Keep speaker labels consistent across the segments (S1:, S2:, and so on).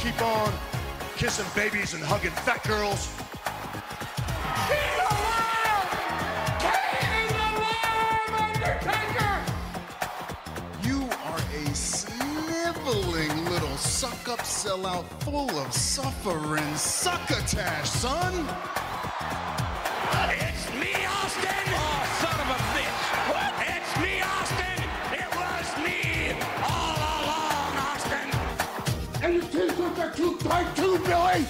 S1: keep on kissing babies and hugging fat girls.
S2: You are a sniveling little suck up sellout full of suffering succotash, son.
S3: It's me, Austin! Oh, son of a bitch! What? It's me, Austin! It was me all along, Austin!
S4: and your teeth look are too tight too, Billy.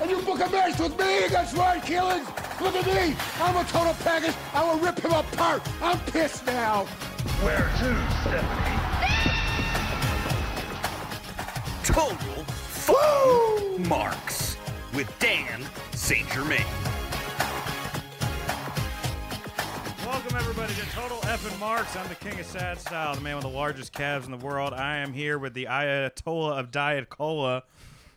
S4: And you book a match with me against Ryan Keelan. Look at me. I'm a total package. I will rip him apart. I'm pissed now.
S5: Where to, Stephanie?
S3: Total Fool Marks with Dan St. Germain.
S6: Welcome everybody to Total Effing Marks. I'm the king of sad style, the man with the largest calves in the world. I am here with the Ayatollah of Diet Cola,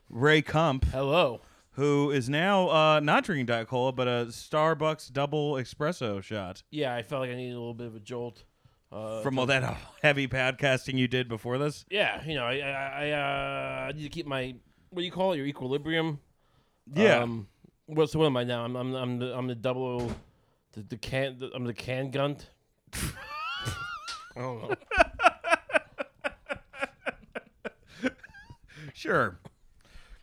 S6: Ray Kump,
S7: Hello.
S6: who is now uh, not drinking Diet Cola, but a Starbucks double espresso shot
S7: Yeah, I felt like I needed a little bit of a jolt.
S6: from all that heavy podcasting you did before this.
S7: Yeah, you know, I I, I uh, I need to keep my what do you call it? Your equilibrium.
S6: Yeah,
S7: Um, what's what am I now? I'm I'm I'm the, I'm the double, the, the can the, I'm the can gunt. I don't know.
S6: sure.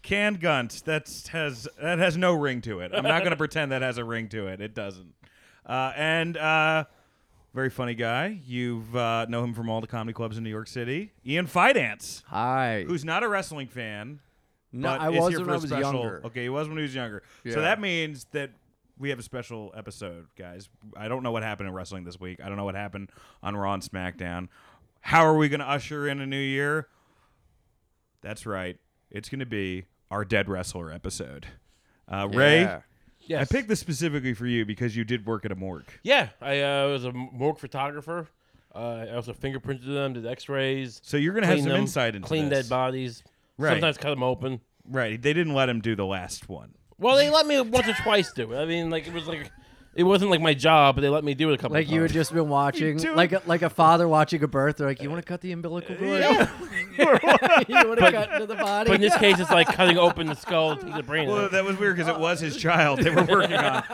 S6: Canned Gunt. That's has that has no ring to it. I'm not going to pretend that has a ring to it. It doesn't. Uh, and uh, very funny guy. You've uh, know him from all the comedy clubs in New York City. Ian Finance.
S8: Hi.
S6: who's not a wrestling fan.
S8: no,
S6: but
S8: I
S6: is
S8: was
S6: here
S8: when
S6: for
S8: I
S6: a
S8: was
S6: special-
S8: younger.
S6: Okay, he was when he was younger. So
S8: Yeah.
S6: that means that we have a special episode, guys. I don't know what happened in wrestling this week. I don't know what happened on Raw and SmackDown. How are we going to usher in a new year? That's right. It's going to be our Dead Wrestler episode. Uh, Ray,
S8: Yeah.
S7: Yes.
S6: I picked this specifically for you because you did work at a morgue.
S7: Yeah, I uh, was a morgue photographer. Uh, I also fingerprinted them, did X-rays.
S6: So you're going to have
S7: cleaned
S6: some
S7: them,
S6: insight into
S7: cleaned
S6: this.
S7: dead bodies.
S6: Right.
S7: Sometimes cut them open.
S6: Right. They didn't let him do the last one.
S7: Well, they let me once or twice do it. I mean, like it was like it wasn't like my job, but they let me do it a couple.
S8: Like
S7: times.
S8: you had just been watching,
S6: doing-
S8: like a, like a father watching a birth. They're like, "You want to cut the umbilical cord? you want to cut into the body?"
S7: But in this case, it's like cutting open the skull to the brain.
S6: Well, that was weird because it was his child they were working on.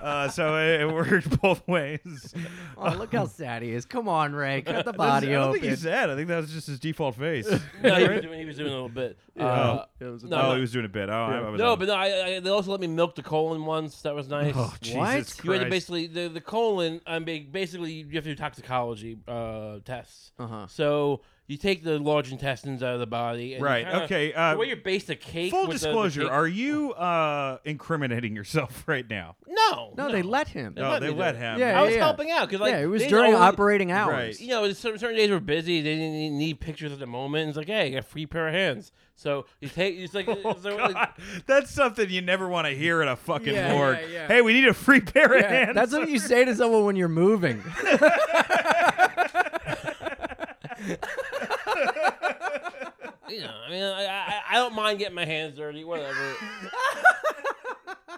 S6: Uh, so it, it worked both ways.
S8: oh, look how sad he is. Come on, Ray, cut the body
S6: I don't think
S8: open.
S6: he's sad. I think that was just his default face.
S7: no, he, was doing, he was doing a little bit. Uh,
S8: It was a-
S7: no,
S6: oh,
S7: no,
S6: he was doing a bit. Oh, I, I was
S7: no,
S6: on-
S7: but no, I, I, they also let me milk the colon once. That was nice.
S6: oh, Jesus
S8: What?
S6: Christ.
S7: you had to basically the, the colon. I mean, basically you have to do toxicology uh, tests.
S8: Uh-huh.
S7: So you take the large intestines out of the body. And you
S6: Right,
S7: kinda-
S6: okay, uh,
S7: the way you base the cake.
S6: Full
S7: with the- the
S6: disclosure:
S7: cake-
S6: Are you uh, incriminating yourself right now?
S7: no,
S8: no, they let him.
S6: No,
S7: let
S6: they
S7: me do
S6: let
S7: it.
S6: him.
S8: Yeah,
S7: I was
S8: yeah.
S7: helping out because like
S8: yeah, it was
S7: they
S8: during
S7: always-
S8: operating hours.
S6: Right.
S7: You know, certain, certain days were busy. They didn't need- need pictures at the moment. It's like, hey, I got a free pair of hands. So you take. It's like,
S6: Oh,
S7: so,
S6: God. That's something you never want to hear at a fucking
S8: Yeah,
S6: morgue.
S8: yeah, yeah.
S6: Hey, we need a free pair of
S8: Yeah,
S6: hands.
S8: that's what you say to someone when you're moving.
S7: you know, I mean, I, I, I don't mind getting my hands dirty, whatever.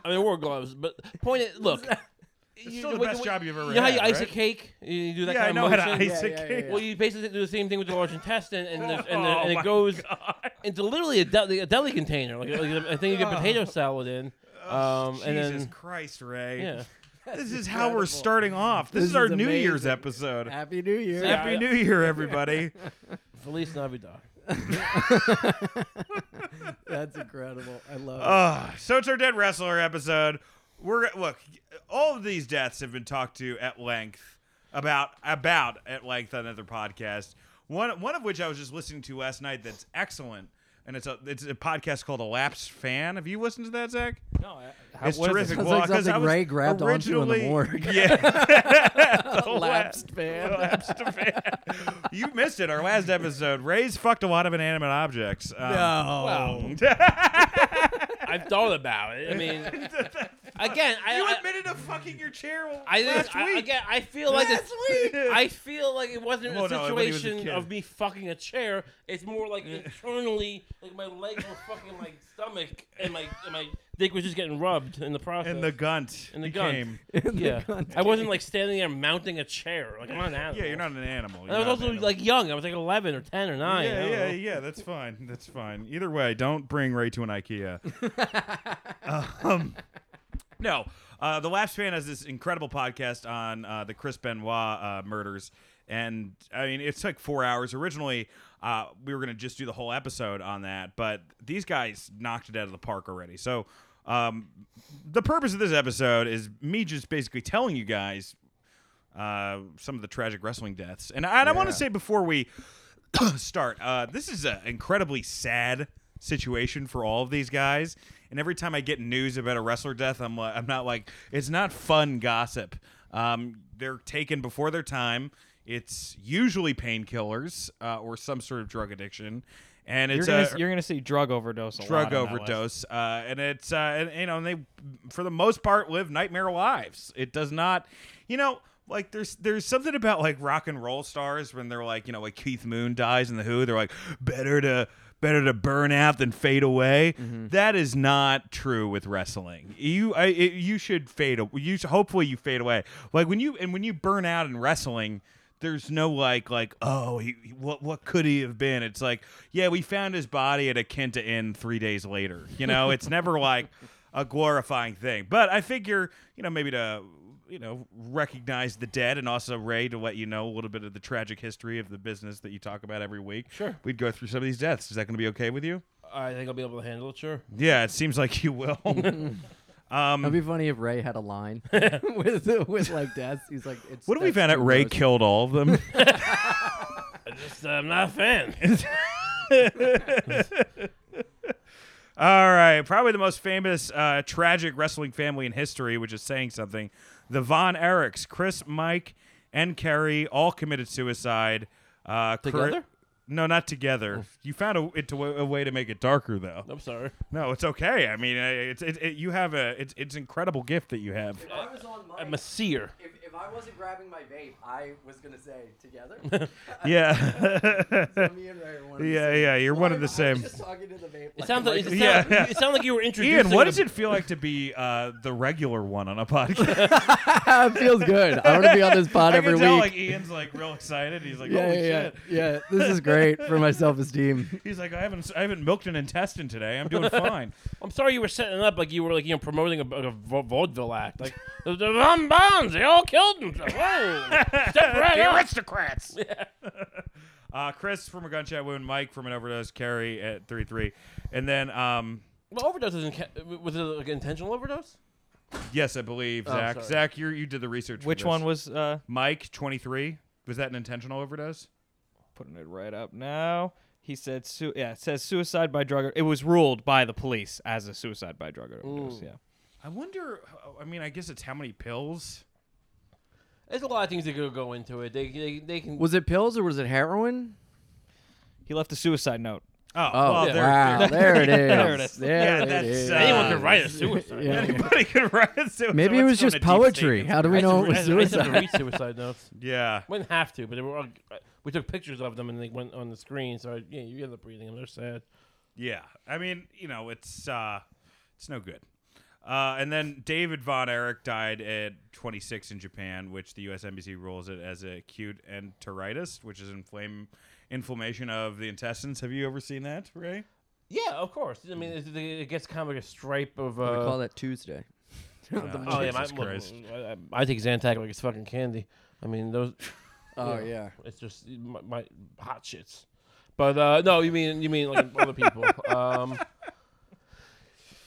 S7: I mean, I wore gloves, but point it. Look,
S6: It's
S7: you,
S6: still the
S7: when-
S6: best
S7: when-
S6: job you've ever
S7: You know how
S6: had.
S7: you ice a
S6: right?
S7: cake? You do that
S6: Yeah, I
S7: kind
S6: know
S7: of
S6: how to
S7: motion.
S6: ice a
S8: Yeah, yeah,
S6: cake.
S8: yeah.
S7: Well, you basically do the same thing with the large intestine, and the, and, the,
S6: Oh,
S7: and
S6: my
S7: it goes
S6: God.
S7: into literally a, deli a deli container, like, like a thing you get potato salad in. Um, and
S6: Oh. Jesus
S7: then
S6: Christ, Ray.
S7: yeah.
S6: This is how we're starting off. This,
S8: This
S6: is our
S8: is
S6: New Year's
S8: amazing.
S6: episode.
S8: Happy New Year.
S7: Yeah.
S6: Happy New Year, everybody.
S7: Feliz Navidad.
S8: That's incredible. I love it.
S6: Ugh. so it's our Dead Wrestler episode. We're look, all of these deaths have been talked to at length about about at length on other podcasts. One one of which I was just listening to last night that's excellent. And it's a it's a podcast called Elapsed Fan. Have you listened to that, Zach? No, I, it's
S7: what is
S6: terrific.
S7: it?
S8: Sounds
S6: Well,
S8: like
S6: 'cause I
S8: something
S6: was
S8: Ray grabbed onto in the
S6: originally-
S8: morgue.
S6: Yeah,
S8: Lapsed fan.
S6: Elapsed fan. you missed it. Our last episode, Ray's fucked a lot of inanimate objects. Um,
S8: No.
S7: I've thought about it. I mean, again, I,
S6: you
S7: I,
S6: admitted to fucking your chair
S7: I
S6: last
S7: think, I-
S6: week.
S7: again, I feel like
S6: Last
S7: it's-
S6: week.
S7: I feel like it wasn't
S6: Well,
S7: a
S6: no, when he was a
S7: situation
S6: kid.
S7: of me fucking a chair. It's more like internally, like my leg was fucking my stomach, and my and my dick was just getting rubbed in the process.
S6: and the gunt
S7: And the gunt.
S6: became.
S7: yeah, I wasn't like standing there mounting a chair. Like I'm not an animal.
S6: Yeah, you're not an animal.
S7: And I was also like young. I was like 11 or 10 or 9. I
S6: Yeah,
S7: don't
S6: yeah,
S7: know.
S6: yeah. That's fine. That's fine. Either way, don't bring Ray to an IKEA. um, no, uh, the Last Fan has this incredible podcast on uh, the Chris Benoit uh, murders, and I mean it's like four hours. Originally, uh, we were gonna just do the whole episode on that, but these guys knocked it out of the park already. So. Um, the purpose of this episode is me just basically telling you guys uh, some of the tragic wrestling deaths. And, I- and I want to say before we start, uh, this is an incredibly sad situation for all of these guys. And every time I get news about a wrestler death, I'm like, I'm not like, it's not fun gossip. Um, they're taken before their time. It's usually painkillers uh, or some sort of drug addiction. And
S9: You're
S6: it's
S9: gonna,
S6: a,
S9: you're gonna see drug overdose. A
S6: drug
S9: lot on that list.
S6: overdose, uh, and it's uh, and, you know, and they for the most part live nightmare lives. It does not, you know, like there's there's something about like rock and roll stars when they're like you know like Keith Moon dies in the Who, they're like better to better to burn out than fade away.
S9: Mm-hmm.
S6: That is not true with wrestling. You I, it, you should fade. a- You should, hopefully you fade away. Like when you and when you burn out in wrestling there's no like like oh he, he- what what could he have been it's like yeah we found his body at a kenta inn three days later you know it's never like a glorifying thing but i figure you know maybe to you know recognize the dead and also ray to let you know a little bit of the tragic history of the business that you talk about every week sure we'd go through some of these deaths is that going to be okay with you
S7: I think I'll be able to handle it, sure.
S6: yeah it seems like you will
S8: It'd be funny if Ray had a line with with like deaths. He's like, it's,
S6: what have we
S8: that's
S6: found out
S8: too
S6: ray
S8: gross.
S6: killed all of them
S7: Just, uh, I'm not a fan.
S6: All right, probably the most famous uh, tragic wrestling family in history, which is saying something. The Von Erichs, Chris, Mike, and Kerry all committed suicide. Uh, Cur-
S7: Together?
S6: no, not together. You found a, it to, a way to make it darker, though.
S7: I'm sorry.
S6: No, it's okay. I mean, uh, it's it, it, you have a it's it's incredible gift that you have.
S10: I was on mic.
S7: I'm a seer.
S10: if, if I wasn't grabbing my vape, I was gonna say together.
S6: Yeah,
S10: Me and Ray are one. of the
S6: yeah,
S10: same.
S6: yeah. You're one
S10: I- I
S6: of the
S10: was
S6: same.
S10: just talking to the vape.
S7: It sounds like, it sounds,
S6: Yeah, yeah.
S7: it sounds like you were introducing.
S6: Ian, what
S7: a-
S6: does it feel like to be uh, the regular one on a podcast?
S8: Ah, it feels good. I want to be on this pod
S6: I
S8: every
S6: can tell,
S8: week.
S6: like Ian's like real excited. He's like,
S8: yeah,
S6: holy
S8: yeah,
S6: shit.
S8: yeah, yeah. This is great for my self esteem.
S6: He's like, I haven't, I haven't milked an intestine today. I'm doing fine.
S7: I'm sorry you were setting up like you were like you know promoting a, a va- vaudeville act. Like the the Von Bonds, they all killed themselves. Whoa! Step right up.
S6: aristocrats. uh, Chris from a gunshot wound, Mike from an overdose, Carrie at three three, and then um,
S7: Well, overdose isn't ca- was it like an intentional overdose?
S6: yes, I
S8: Oh,
S6: believe Zach.
S7: sorry.
S6: Zach, you you did the research. for
S9: Which
S6: this.
S9: one was? Uh,
S6: Mike twenty three? Was that an intentional overdose?
S9: putting it right up now. He said, su- "Yeah, it says suicide by drug. It was ruled by the police as a suicide by drug overdose. Yeah,
S6: I wonder. I mean, I guess it's how many pills.
S7: There's a lot of things that could go into it. They they, they can.
S8: Was it pills or was it heroin?
S9: he left a suicide note.
S6: Oh,
S8: Oh,
S6: well, there-
S8: wow. There, it is.
S9: There it is.
S8: There
S6: Yeah,
S8: it
S6: that's,
S8: is.
S6: uh,
S7: anyone could write a suicide.
S8: Yeah.
S6: Anybody could write a suicide.
S8: Maybe it
S6: Let's
S8: was
S6: go in
S8: just
S6: a deep state.
S8: poetry. How do we know it
S7: I used
S8: was
S7: to- I used to
S8: suicide?
S7: read suicide notes.
S6: Yeah.
S7: We didn't have to, but they were. All, we took pictures of them and they went on the screen. So yeah, you end up reading them. They're sad.
S6: Yeah, I mean, you know, it's uh, it's no good. Uh, and then David Von Erich died at 26 in Japan, which the U.S. Embassy rules it as acute enteritis, which is inflame inflammation of the intestines. Have you ever seen that, Ray?
S7: Yeah, of course. I mean, it, it gets kind of like a stripe of. Uh,
S8: We call that Tuesday.
S7: Oh yeah, my,
S6: Jesus
S7: look,
S6: Christ.
S7: I, I- I take Zantac like it's fucking candy. I mean, those
S8: Oh yeah.
S7: it's just my, my hot shits. But uh, no, you mean you mean like other people. Um,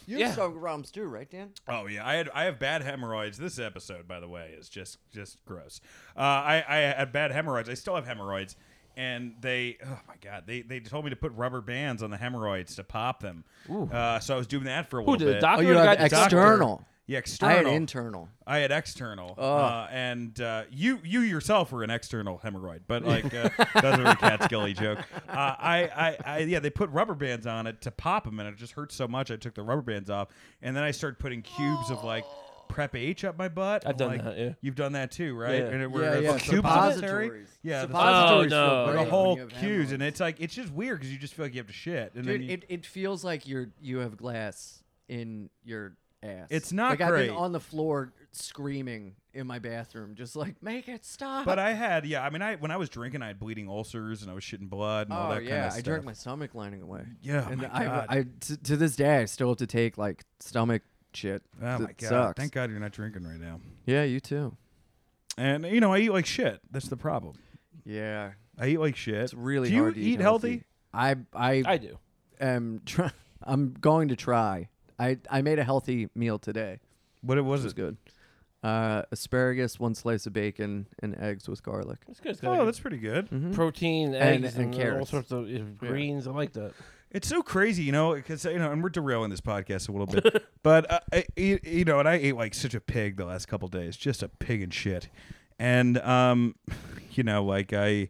S8: You
S7: Yeah.
S8: saw Roms too, right, Dan?
S6: Oh yeah, I had I have bad hemorrhoids. This episode, by the way, is just just gross. Uh, I I had bad hemorrhoids. I still have hemorrhoids, and they oh my god, they they told me to put rubber bands on the hemorrhoids to pop them. Uh, so I was doing that for a
S7: who
S6: little
S7: did the
S6: bit.
S7: doctor?
S8: Oh, you
S7: or the
S8: have
S7: guy-
S6: doctor.
S8: external.
S6: Yeah, external.
S8: internal.
S6: I had external.
S8: Oh.
S6: Uh, and uh, you you yourself were an external hemorrhoid, but like uh, that's a very Catskilly joke. Uh, I, I, I yeah, they put rubber bands on it to pop them, and it just hurt so much. I took the rubber bands off, and then I started putting cubes of like. Prep H up my butt.
S7: I've
S6: I'm
S7: done
S6: like,
S7: that, yeah.
S6: You've done that too, right?
S7: Yeah.
S6: And it, where
S8: Yeah,
S6: it's
S8: yeah,
S6: like cubes of it?
S8: suppositories.
S6: Yeah, the-
S8: Suppositories
S7: Oh, no.
S8: feel
S6: like
S8: great
S6: a
S8: when
S6: whole
S8: you have
S6: cubes, and
S8: hemorrhoids.
S6: it's like it's just weird because you just feel like you have to shit, and then
S8: Dude,
S6: you,
S8: it, it feels like you're you have glass in your ass.
S6: It's not
S8: like I've
S6: great.
S8: been on the floor screaming in my bathroom, just like make it stop.
S6: But I had, yeah. I mean, I when I was drinking, I had bleeding ulcers and I was shitting blood and all
S8: oh
S6: that
S8: yeah,
S6: kind of
S8: I
S6: stuff.
S8: drank my stomach lining away.
S6: Yeah, oh
S8: and
S6: my
S8: I,
S6: God.
S8: I to, to this day I still have to take like stomach shit.
S6: Oh
S8: that
S6: my god!
S8: sucks.
S6: Thank God you're not drinking right now.
S8: Yeah, you too.
S6: And you know, I eat like shit. That's the problem.
S8: Yeah,
S6: I eat like shit.
S8: it's really
S6: Do you
S8: hard to
S6: eat healthy?
S8: I
S7: I do.
S8: am try- I'm going to try. I, I made a healthy meal today.
S6: What it was
S8: It was
S6: it?
S8: good. Uh, asparagus, one slice of bacon, and eggs with garlic.
S7: That's good. It's got
S6: Oh,
S7: like
S6: that's pretty good.
S7: protein,
S8: And-
S7: eggs,
S8: and
S7: and, all
S8: carrots.
S7: sorts of uh, greens. I like that.
S6: It's so crazy, you know, because you know, and we're derailing this podcast a little bit, but uh, I, you you know, and I ate like such a pig the last couple days, just a pig and shit, and um, you know, like I,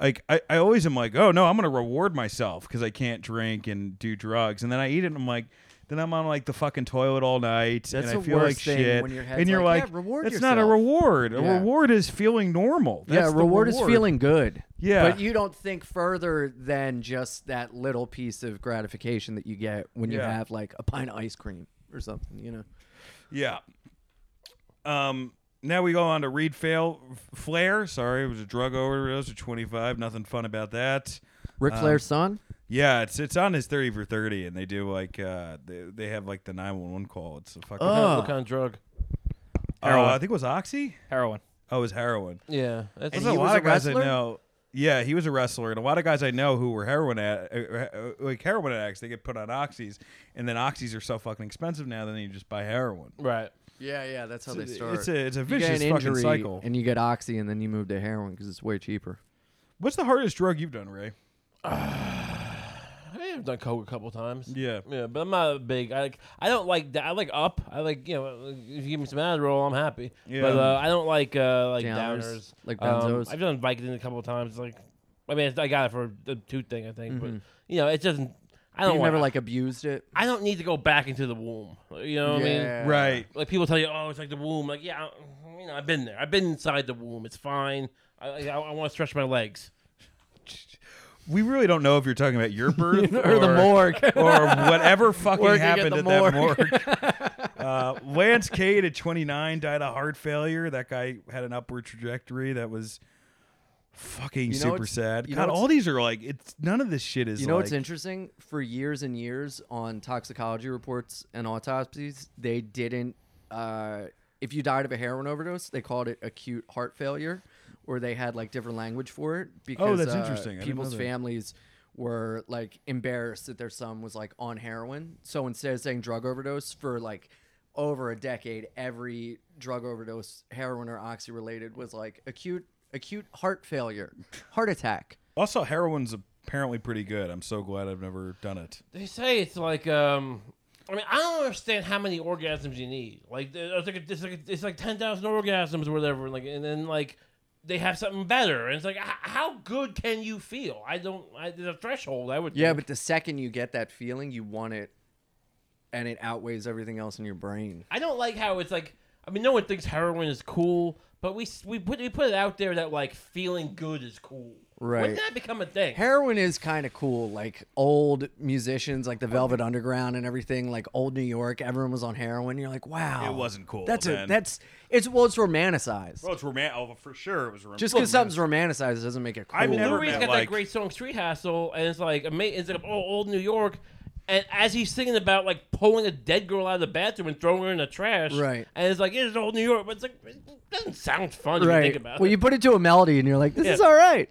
S6: like I, I always am like, oh no, I'm gonna reward myself because I can't drink and do drugs, and then I eat it, and I'm like. Then I'm on like the fucking toilet all night, and
S8: That's
S6: I
S8: the
S6: feel like
S8: worst thing
S6: shit.
S8: when your head's
S6: and you're
S8: like,
S6: like,
S8: "Yeah, reward
S6: it's not a
S8: yourself."
S6: reward. A
S8: Yeah.
S6: reward is feeling normal. That's
S8: yeah,
S6: the
S8: reward, is feeling good.
S6: Yeah.
S8: But you don't think further than just that little piece of gratification that you get when you
S6: Yeah.
S8: have like a pint of ice cream or something, you know?
S6: Yeah. Um. Now we go on to Reed Fail Flair. Sorry, it was a drug overdose at 25. Nothing fun about that.
S8: Ric Flair's son?
S6: Yeah, it's it's on his 30 for 30, and they do like uh they, they have like the 911 call. It's a fucking.
S7: What kind of drug?
S6: Oh, I think it was oxy.
S9: Heroin.
S6: Oh, it was heroin.
S7: Yeah, that's
S6: There's
S8: he
S6: a
S8: was
S6: lot
S8: a
S6: of guys I
S8: wrestler?
S6: know. Yeah, he was a wrestler, and a lot of guys I know who were heroin ad, uh, uh, like heroin addicts, they get put on oxys, and then oxys are so fucking expensive now. Then you just buy heroin.
S7: right.
S8: Yeah, yeah, that's how
S6: It's a- it's a it's a vicious
S8: you get an
S6: fucking
S8: injury
S6: cycle.
S8: And you get oxy and then you move to heroin because it's way cheaper.
S6: What's the hardest drug you've done, Ray?
S7: I have Eh, done coke a couple times.
S6: Yeah.
S7: yeah, but I'm not a big. I like. I don't like. that. I like up. I like. You know, if you give me some Adderall, I'm happy.
S6: Yeah.
S7: But uh, I don't like uh, like
S8: Downers,
S7: downers.
S8: like
S7: Um,
S8: benzos.
S7: I've done Vicodin a couple times. Like, I mean, it's, I got it for the tooth thing, I think. But you know, it doesn't. I don't
S8: You've Mm-hmm. never
S7: wanna-
S8: like abused it?
S7: I don't need to go back into the womb. You know what I mean?
S8: Yeah.
S6: Right.
S7: Like people tell you, oh, it's like the womb. Like, yeah, I, you know, I've been there. I've been inside the womb. It's fine. I, I, I want to stretch my legs.
S6: We really don't know if you're talking about your birth or,
S8: Or the morgue.
S6: or whatever fucking
S8: Working at
S6: happened
S8: the
S6: at, that morgue. uh, Lance Cade at 29 died of heart failure. That guy had an upward trajectory that was fucking
S8: You know
S6: super
S8: what's-
S6: sad.
S8: you know
S6: God,
S8: what's-
S6: all these are like it's none of this shit is.
S8: You know
S6: like,
S8: what's interesting? For years and years on toxicology reports and autopsies, they didn't. Uh, if you died of a heroin overdose, they called it acute heart failure, or they had like different language for it because
S6: Oh, that's
S8: uh,
S6: interesting. I didn't
S8: people's
S6: know that.
S8: families were like embarrassed that their son was like on heroin. So instead of saying drug overdose for like over a decade, every drug overdose, heroin or oxy related, was like acute acute heart failure, heart attack.
S6: Also, heroin's apparently pretty good. I'm so glad I've never done it.
S7: They say it's like um. I mean, I don't understand how many orgasms you need. Like, it's like, it's like, it's like ten thousand orgasms or whatever. Like, and then like, they have something better. And it's like, h- how good can you feel? I don't. I, there's a threshold. I would.
S8: Yeah,
S7: think.
S8: but the second you get that feeling, you want it, and it outweighs everything else in your brain.
S7: I don't like how it's like. I mean, no one thinks heroin is cool, but we we put we put it out there that like feeling good is cool.
S8: Right.
S7: Wouldn't that become a thing?
S8: Heroin is kind of cool. Like old musicians, like the Velvet Underground and everything, like old New York, everyone was on heroin. You're like, wow,
S6: It wasn't cool
S8: That's
S6: then.
S8: a that's it's well, it's romanticized.
S6: Well, it's romantic. Oh, for sure, it was romantic.
S8: Just because something's romanticized doesn't make it cool.
S6: I've never
S7: Lurie's
S6: met,
S7: got
S6: like-
S7: that great song Street Hassle, and it's like amazing. It's like oh, old New York, and as he's singing about like pulling a dead girl out of the bathroom and throwing her in the trash,
S8: Right.
S7: And it's like it's old New York, but it's like it doesn't sound fun if you think
S8: Right.
S7: about
S8: Well,
S7: it.
S8: you put it to a melody, and you're like, "This is all right."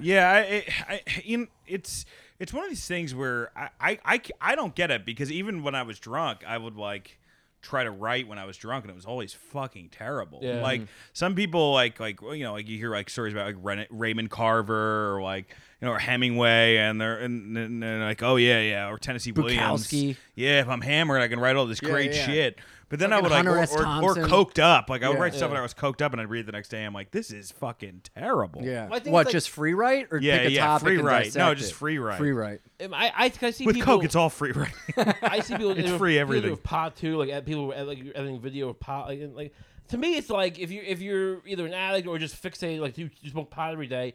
S6: yeah, I, I, I, you know, it's it's one of these things where I, I, I, c- I don't get it because even when I was drunk, I would like try to write when I was drunk, and it was always fucking terrible.
S7: Yeah.
S6: Like some people, like like well, you know, like you hear like stories about like Ren- Raymond Carver or like you know, or Hemingway, and they're and, and, and like, oh yeah, yeah, or Tennessee
S8: Bukowski.
S6: Williams. Yeah, if I'm hammered, I can write all this
S8: Yeah,
S6: great
S8: yeah.
S6: shit. But then I
S8: Fucking
S6: would like,
S8: Hunter
S6: or,
S8: S.
S6: or, or
S8: Thompson.
S6: coked up. Like I would
S8: Yeah.
S6: write stuff when
S8: Yeah.
S6: I was coked up, and I'd read it the next day. I'm like, this is fucking terrible.
S8: Yeah.
S7: Well, I think
S8: what,
S7: it's like-
S8: just free write or
S6: Yeah,
S8: pick a
S6: yeah,
S8: topic
S6: free
S8: and
S6: write. No,
S8: dissect
S6: just
S8: it?
S6: free write.
S8: Free write.
S7: Um, I, I, I see
S6: With
S7: people,
S6: coke, it's all free writing.
S7: I see people.
S6: It's
S7: with-
S6: free
S7: people
S6: everything.
S7: With pot too, like at people at, like editing video of pot. Like, and, like to me, it's like if you if you're either an addict or just fixated, like you, you smoke pot every day.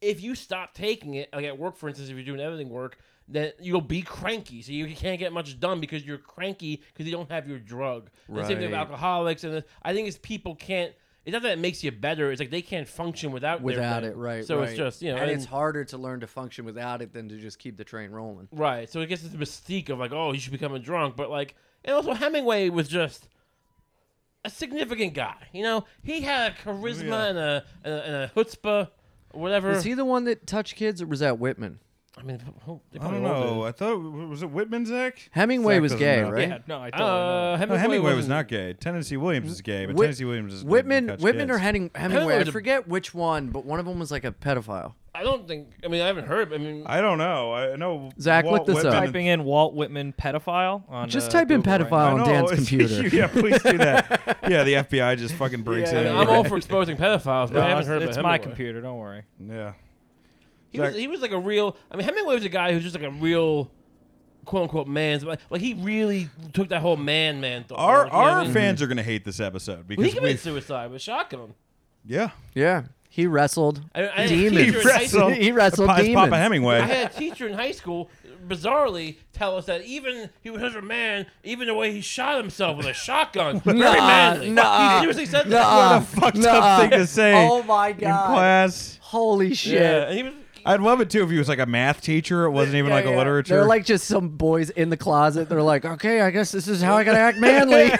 S7: If you stop taking it, like at work, for instance, if you're doing editing work, then you'll be cranky. So you can't get much done because you're cranky because you don't have your drug. The same thing with
S8: Right.
S7: alcoholics, and the, I think it's people can't. It's not that it makes you better. It's like they can't function without their
S8: Without
S7: thing.
S8: it, right.
S7: So
S8: right.
S7: it's just you know,
S8: And, it's harder to learn to function without it than to just keep the train rolling.
S7: Right. So it gets this mystique of like, oh, you should become a drunk, but like, and also Hemingway was just a significant guy. You know, he had a charisma and, a, and a and a chutzpah, or whatever.
S8: Was he the one that touched kids or was that Whitman?
S7: I mean, who- they
S6: I
S7: probably
S6: don't
S7: all did.
S6: know. I thought was it Whitman Zach?
S8: Hemingway
S6: Zach
S8: was
S6: doesn't
S8: gay,
S6: know.
S8: right?
S9: Yeah, no, I totally
S7: Uh,
S9: know.
S7: Hemingway,
S6: No, Hemingway was
S7: wasn't-
S6: not gay. Tennessee Williams is gay, but
S8: Whit-
S6: Tennessee Williams is
S8: Whitman, Whitman or
S6: Henning.
S8: Henning, Hemingway?
S7: Hemingway
S8: I
S7: was a-
S8: forget which one, but one of them was like a pedophile.
S7: I don't think. I mean, I haven't heard. I mean,
S6: I don't know. I know.
S8: Zach,
S6: Walt
S8: look this
S6: Whitman
S8: up.
S6: and-
S9: Typing in Walt Whitman pedophile on
S8: Just
S9: uh,
S8: type in
S9: Google right now.
S8: pedophile
S6: I
S8: on
S6: know,
S8: Dan's
S6: it's-
S8: computer.
S6: yeah, please do that. yeah, the FBI just fucking breaks
S9: Yeah,
S6: in.
S9: I mean,
S7: I'm all for exposing pedophiles, but I
S9: No,
S7: haven't
S9: it's,
S7: heard
S9: it's
S7: about
S9: my
S7: Hemingway.
S9: computer. Don't worry.
S6: yeah.
S7: He was,
S6: Zach-
S7: he was like a real. I mean, Hemingway was a guy who was just like a real, quote unquote, man's. Like, like he really took that whole man man thought.
S6: Our
S7: like, you know what
S6: our
S7: I mean?
S6: fans are gonna hate this episode
S7: He
S6: because we
S7: committed suicide with shotgun.
S6: yeah
S8: Yeah. He wrestled
S7: I- I-
S8: demons.
S7: He wrestled-
S8: he wrestled
S6: Pies
S8: demons.
S6: Papa
S7: I
S6: Hemingway.
S7: had a teacher in high school, bizarrely, tell us that even he was such a man, even the way he shot himself with a shotgun, very
S8: Nuh-uh,
S7: manly.
S8: nuh-uh,
S7: he seriously said
S8: nuh-uh.
S7: that.
S6: Fucked
S8: Nuh-uh.
S6: up thing to say.
S8: Oh my
S6: in
S8: God.
S6: class.
S8: Holy shit.
S7: Yeah, and he was.
S6: I'd love it too if he was like a math teacher. It wasn't even
S8: Yeah,
S6: like a
S8: yeah.
S6: literature.
S8: They're like just some boys in the closet. They're like, okay, I guess this is how I gotta act manly.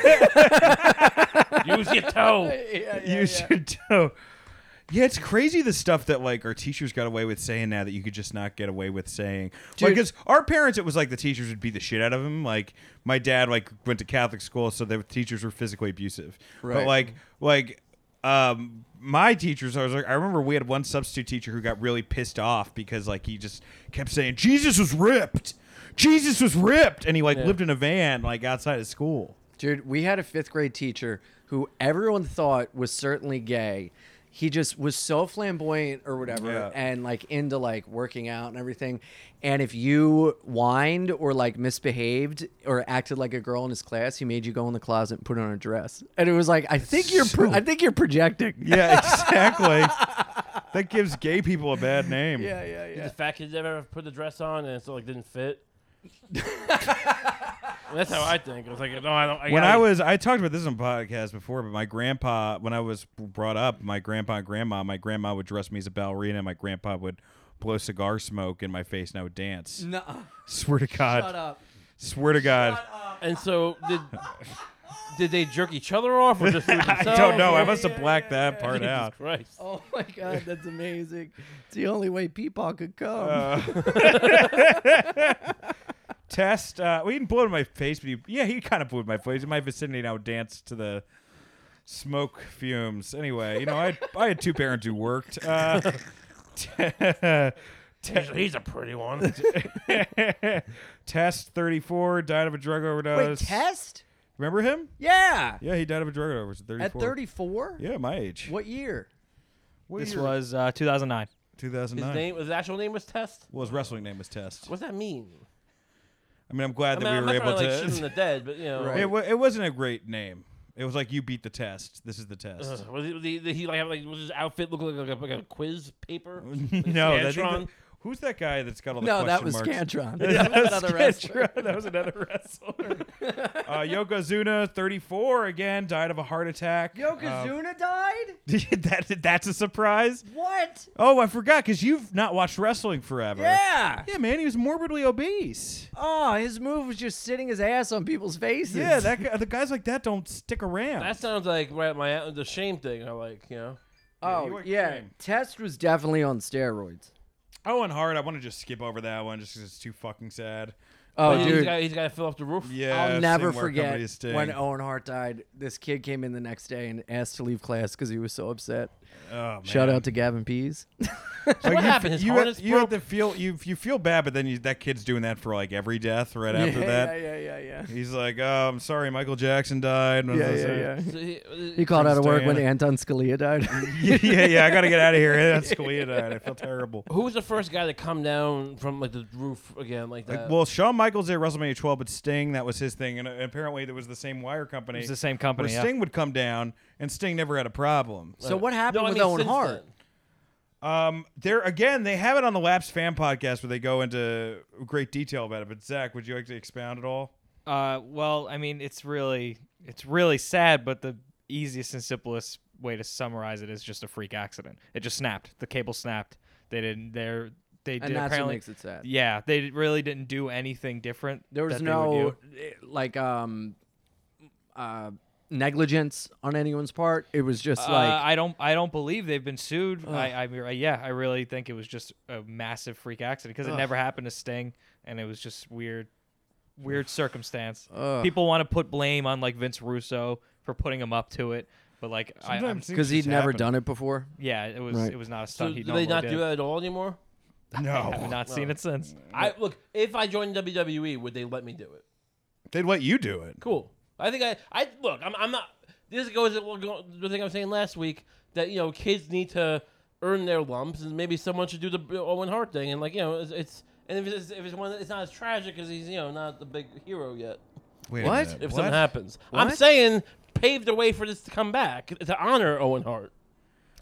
S7: Use your toe.
S6: you should do. Yeah, it's crazy the stuff that like our teachers got away with saying now that you could just not get away with saying.
S8: Dude.
S6: Because our parents, it was like the teachers would beat the shit out of him. Like my dad, like went to Catholic school, so the teachers were physically abusive.
S8: Right.
S6: But like, like. Um, my teachers, I was like, I remember we had one substitute teacher who got really pissed off because like he just kept saying Jesus was ripped, Jesus was ripped, and he like lived in a van like outside of school.
S8: Dude, we had a fifth grade teacher who everyone thought was certainly gay. He just was so flamboyant or whatever
S6: Yeah.
S8: and like into like working out and everything. And if you whined or like misbehaved or acted like a girl in his class, he made you go in the closet and put on a dress. And it was like, I think you're pro- I think you're projecting.
S6: Yeah, exactly. that gives gay people a bad name.
S8: yeah, yeah.
S7: The fat kid that ever put the dress on and it still like didn't fit. That's how I think. I was like, no, I don't. I
S6: When
S7: gotta-
S6: I was, I talked about this on podcast before, but my grandpa, when I was brought up, my grandpa and grandma, my grandma would dress me as a ballerina, and my grandpa would blow cigar smoke in my face, and I would dance.
S8: nuh
S6: Swear to God.
S8: Mm. Shut up.
S6: Swear to God.
S7: and so did did they jerk each other off or just do it
S6: I
S7: themselves?
S6: don't know. I
S7: or-
S6: must have blacked that part
S7: Jesus
S6: out.
S7: Christ.
S8: Oh my god, that's amazing. It's the only way Peepaw could come.
S6: Uh, Test. Uh, well, he didn't blow it in my face, but he, yeah, he kind of blew it in my face. In my vicinity, and I would dance to the smoke fumes. Anyway, you know, I, I had two parents who worked. Uh,
S7: He's- He's a pretty one.
S6: Test 34 died of a drug
S8: Wait,
S6: overdose.
S8: test?
S6: Remember him?
S8: Yeah.
S6: Yeah, he died of a drug overdose at 34.
S8: At 34?
S6: Yeah, my age.
S8: What year?
S6: What
S9: This
S6: year?
S9: was uh, 2009.
S7: His
S6: 2009.
S7: name, his actual name was Test.
S6: Well, his wrestling name was Test.
S7: What's that mean?
S6: I mean, I'm glad
S7: I
S6: that
S7: mean, I'm
S6: we
S7: not
S6: were able
S7: trying to like
S6: to.
S7: shit on the dead, but you know,
S8: Right.
S6: it, wa- it wasn't a great name. It was like you beat the test. This is the test.
S7: Ugh, Was he, was he, did he like have like was his outfit look like like a, like a quiz paper? Like
S6: no, that,
S7: Scantron?
S6: that- who's that guy that's got all the
S8: No,
S6: question
S8: that was
S6: marks?
S8: Scantron.
S6: That was
S8: Another wrestler.
S6: Scantron. That was another wrestler. uh, Yokozuna, 34, again, died of a heart attack. Um,
S8: Yokozuna died?
S6: that, that's a surprise.
S8: What?
S6: Oh, I forgot because you've not watched wrestling forever.
S8: Yeah.
S6: Yeah, man, he was morbidly obese.
S8: Oh, his move was just sitting his ass on people's faces.
S6: Yeah, that guy, the guys like that don't stick around.
S7: That sounds like right at my the shame thing. I like you know.
S6: you
S8: Oh,
S6: were
S8: yeah.
S6: extreme.
S8: Test was definitely on steroids.
S6: I went hard. I want to just skip over that one just because it's too fucking sad.
S8: Oh,
S7: But he's
S8: dude.
S7: gotta- he's got to fill up the roof.
S6: Yeah,
S8: I'll
S6: I've
S8: never
S6: seen where
S8: forget
S6: companies sting.
S8: when Owen Hart died. This kid came in the next day and asked to leave class because he was so upset.
S6: Oh,
S8: Shout
S6: man.
S8: out to Gavin Pease.
S7: So what
S6: you,
S7: happened? His
S6: you,
S7: harness
S6: you
S7: broke.
S6: have to feel you you feel bad, but then you, that kid's doing that for like every death right after
S8: yeah,
S6: that.
S8: yeah, yeah, yeah,
S6: He's like, oh, I'm sorry, Michael Jackson died.
S8: yeah, yeah, yeah.
S7: So he- uh,
S8: He called out of work when
S6: Diana.
S8: Anton Scalia died.
S6: yeah, yeah, yeah, I gotta get out of here. That's Scalia died. I feel terrible.
S7: Who was the first guy to come down from like the roof again like that?
S6: Uh, Well, Shawn Michaels did WrestleMania 12, but Sting, that was his thing. And uh, apparently, there was the same wire company.
S9: It was the same company,
S6: Where
S9: yeah.
S6: Sting would come down, and Sting never had a problem.
S8: so what happened
S7: no, I
S8: with
S7: mean,
S8: Owen
S7: since
S8: Hart?
S7: then.
S6: Um, there again, they have it on the Laps Fan Podcast where they go into great detail about it. But Zach, would you like to expound at all?
S9: Uh, well, I mean, it's really it's really sad, but the easiest and simplest way to summarize it is just a freak accident. It just snapped. The cable snapped. They didn't. They're they did
S8: And that's what
S9: apparently.
S8: makes it sad.
S9: Yeah, they really didn't do anything different.
S8: There was
S9: that they would
S8: no
S9: do.
S8: eh, like um uh negligence on anyone's part. It was just like
S9: uh, I don't. I don't believe they've been sued. I, I. re- Yeah. I really think it was just a massive freak accident because it never happened to Sting, and it was just weird, weird circumstance. People want to put blame on like Vince Russo for putting him up to it, but like I, I'm-
S6: things
S8: because he'd
S6: just
S8: never
S6: happen.
S8: done it before.
S9: yeah, it was
S8: Right.
S9: it was not a
S7: So
S9: stunt. he
S7: do they not do
S9: it?
S7: that at all anymore?
S9: I have
S6: No,
S9: not seen it since.
S7: I look. If I joined WWE, would they let me do it?
S6: they'd let you do it.
S7: Cool. I think I. I look. I'm. I'm not. This goes to what go- the thing I was saying last week that you know kids need to earn their lumps, and maybe someone should do the Owen Hart thing, and like you know it's. it's and if it's, if it's one, it's not as tragic because he's you know not the big hero yet.
S6: Wait a
S8: What?
S6: minute,
S7: If
S6: what?
S7: something happens, I'm saying paved the way for this to come back to honor Owen Hart.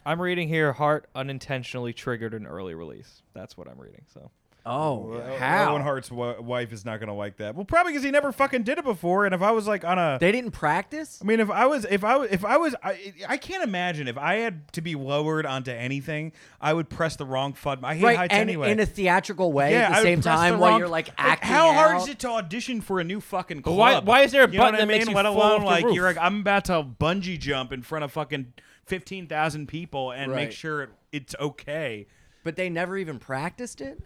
S9: I'm reading here. Hart unintentionally triggered an early release. That's what I'm reading. So
S8: Oh,
S6: O-
S8: how?
S6: Owen Hart's w- wife is not gonna like that. Well, probably because he never fucking did it before. And if I was like on a, I
S8: They didn't practice.
S6: mean, if I was, if I was, if I was, I, I can't imagine if I had to be lowered onto anything, I would press the wrong button. I hate
S8: right,
S6: heights
S8: and
S6: anyway.
S8: in a theatrical way
S6: yeah,
S8: at the
S6: I would
S8: same
S6: press the
S8: time while
S6: wrong-
S8: you're like acting.
S6: How hard
S8: out.
S6: is it to audition for a new fucking club?
S7: why- why is there a
S6: You know what
S7: button
S6: I
S7: that makes
S6: mean?
S7: you
S6: Let
S7: fall
S6: alone
S7: off the
S6: like
S7: roof?
S6: you're like I'm about to bungee jump in front of fucking fifteen thousand people and make
S8: Right.
S6: sure it, it's okay.
S8: But they never even practiced it.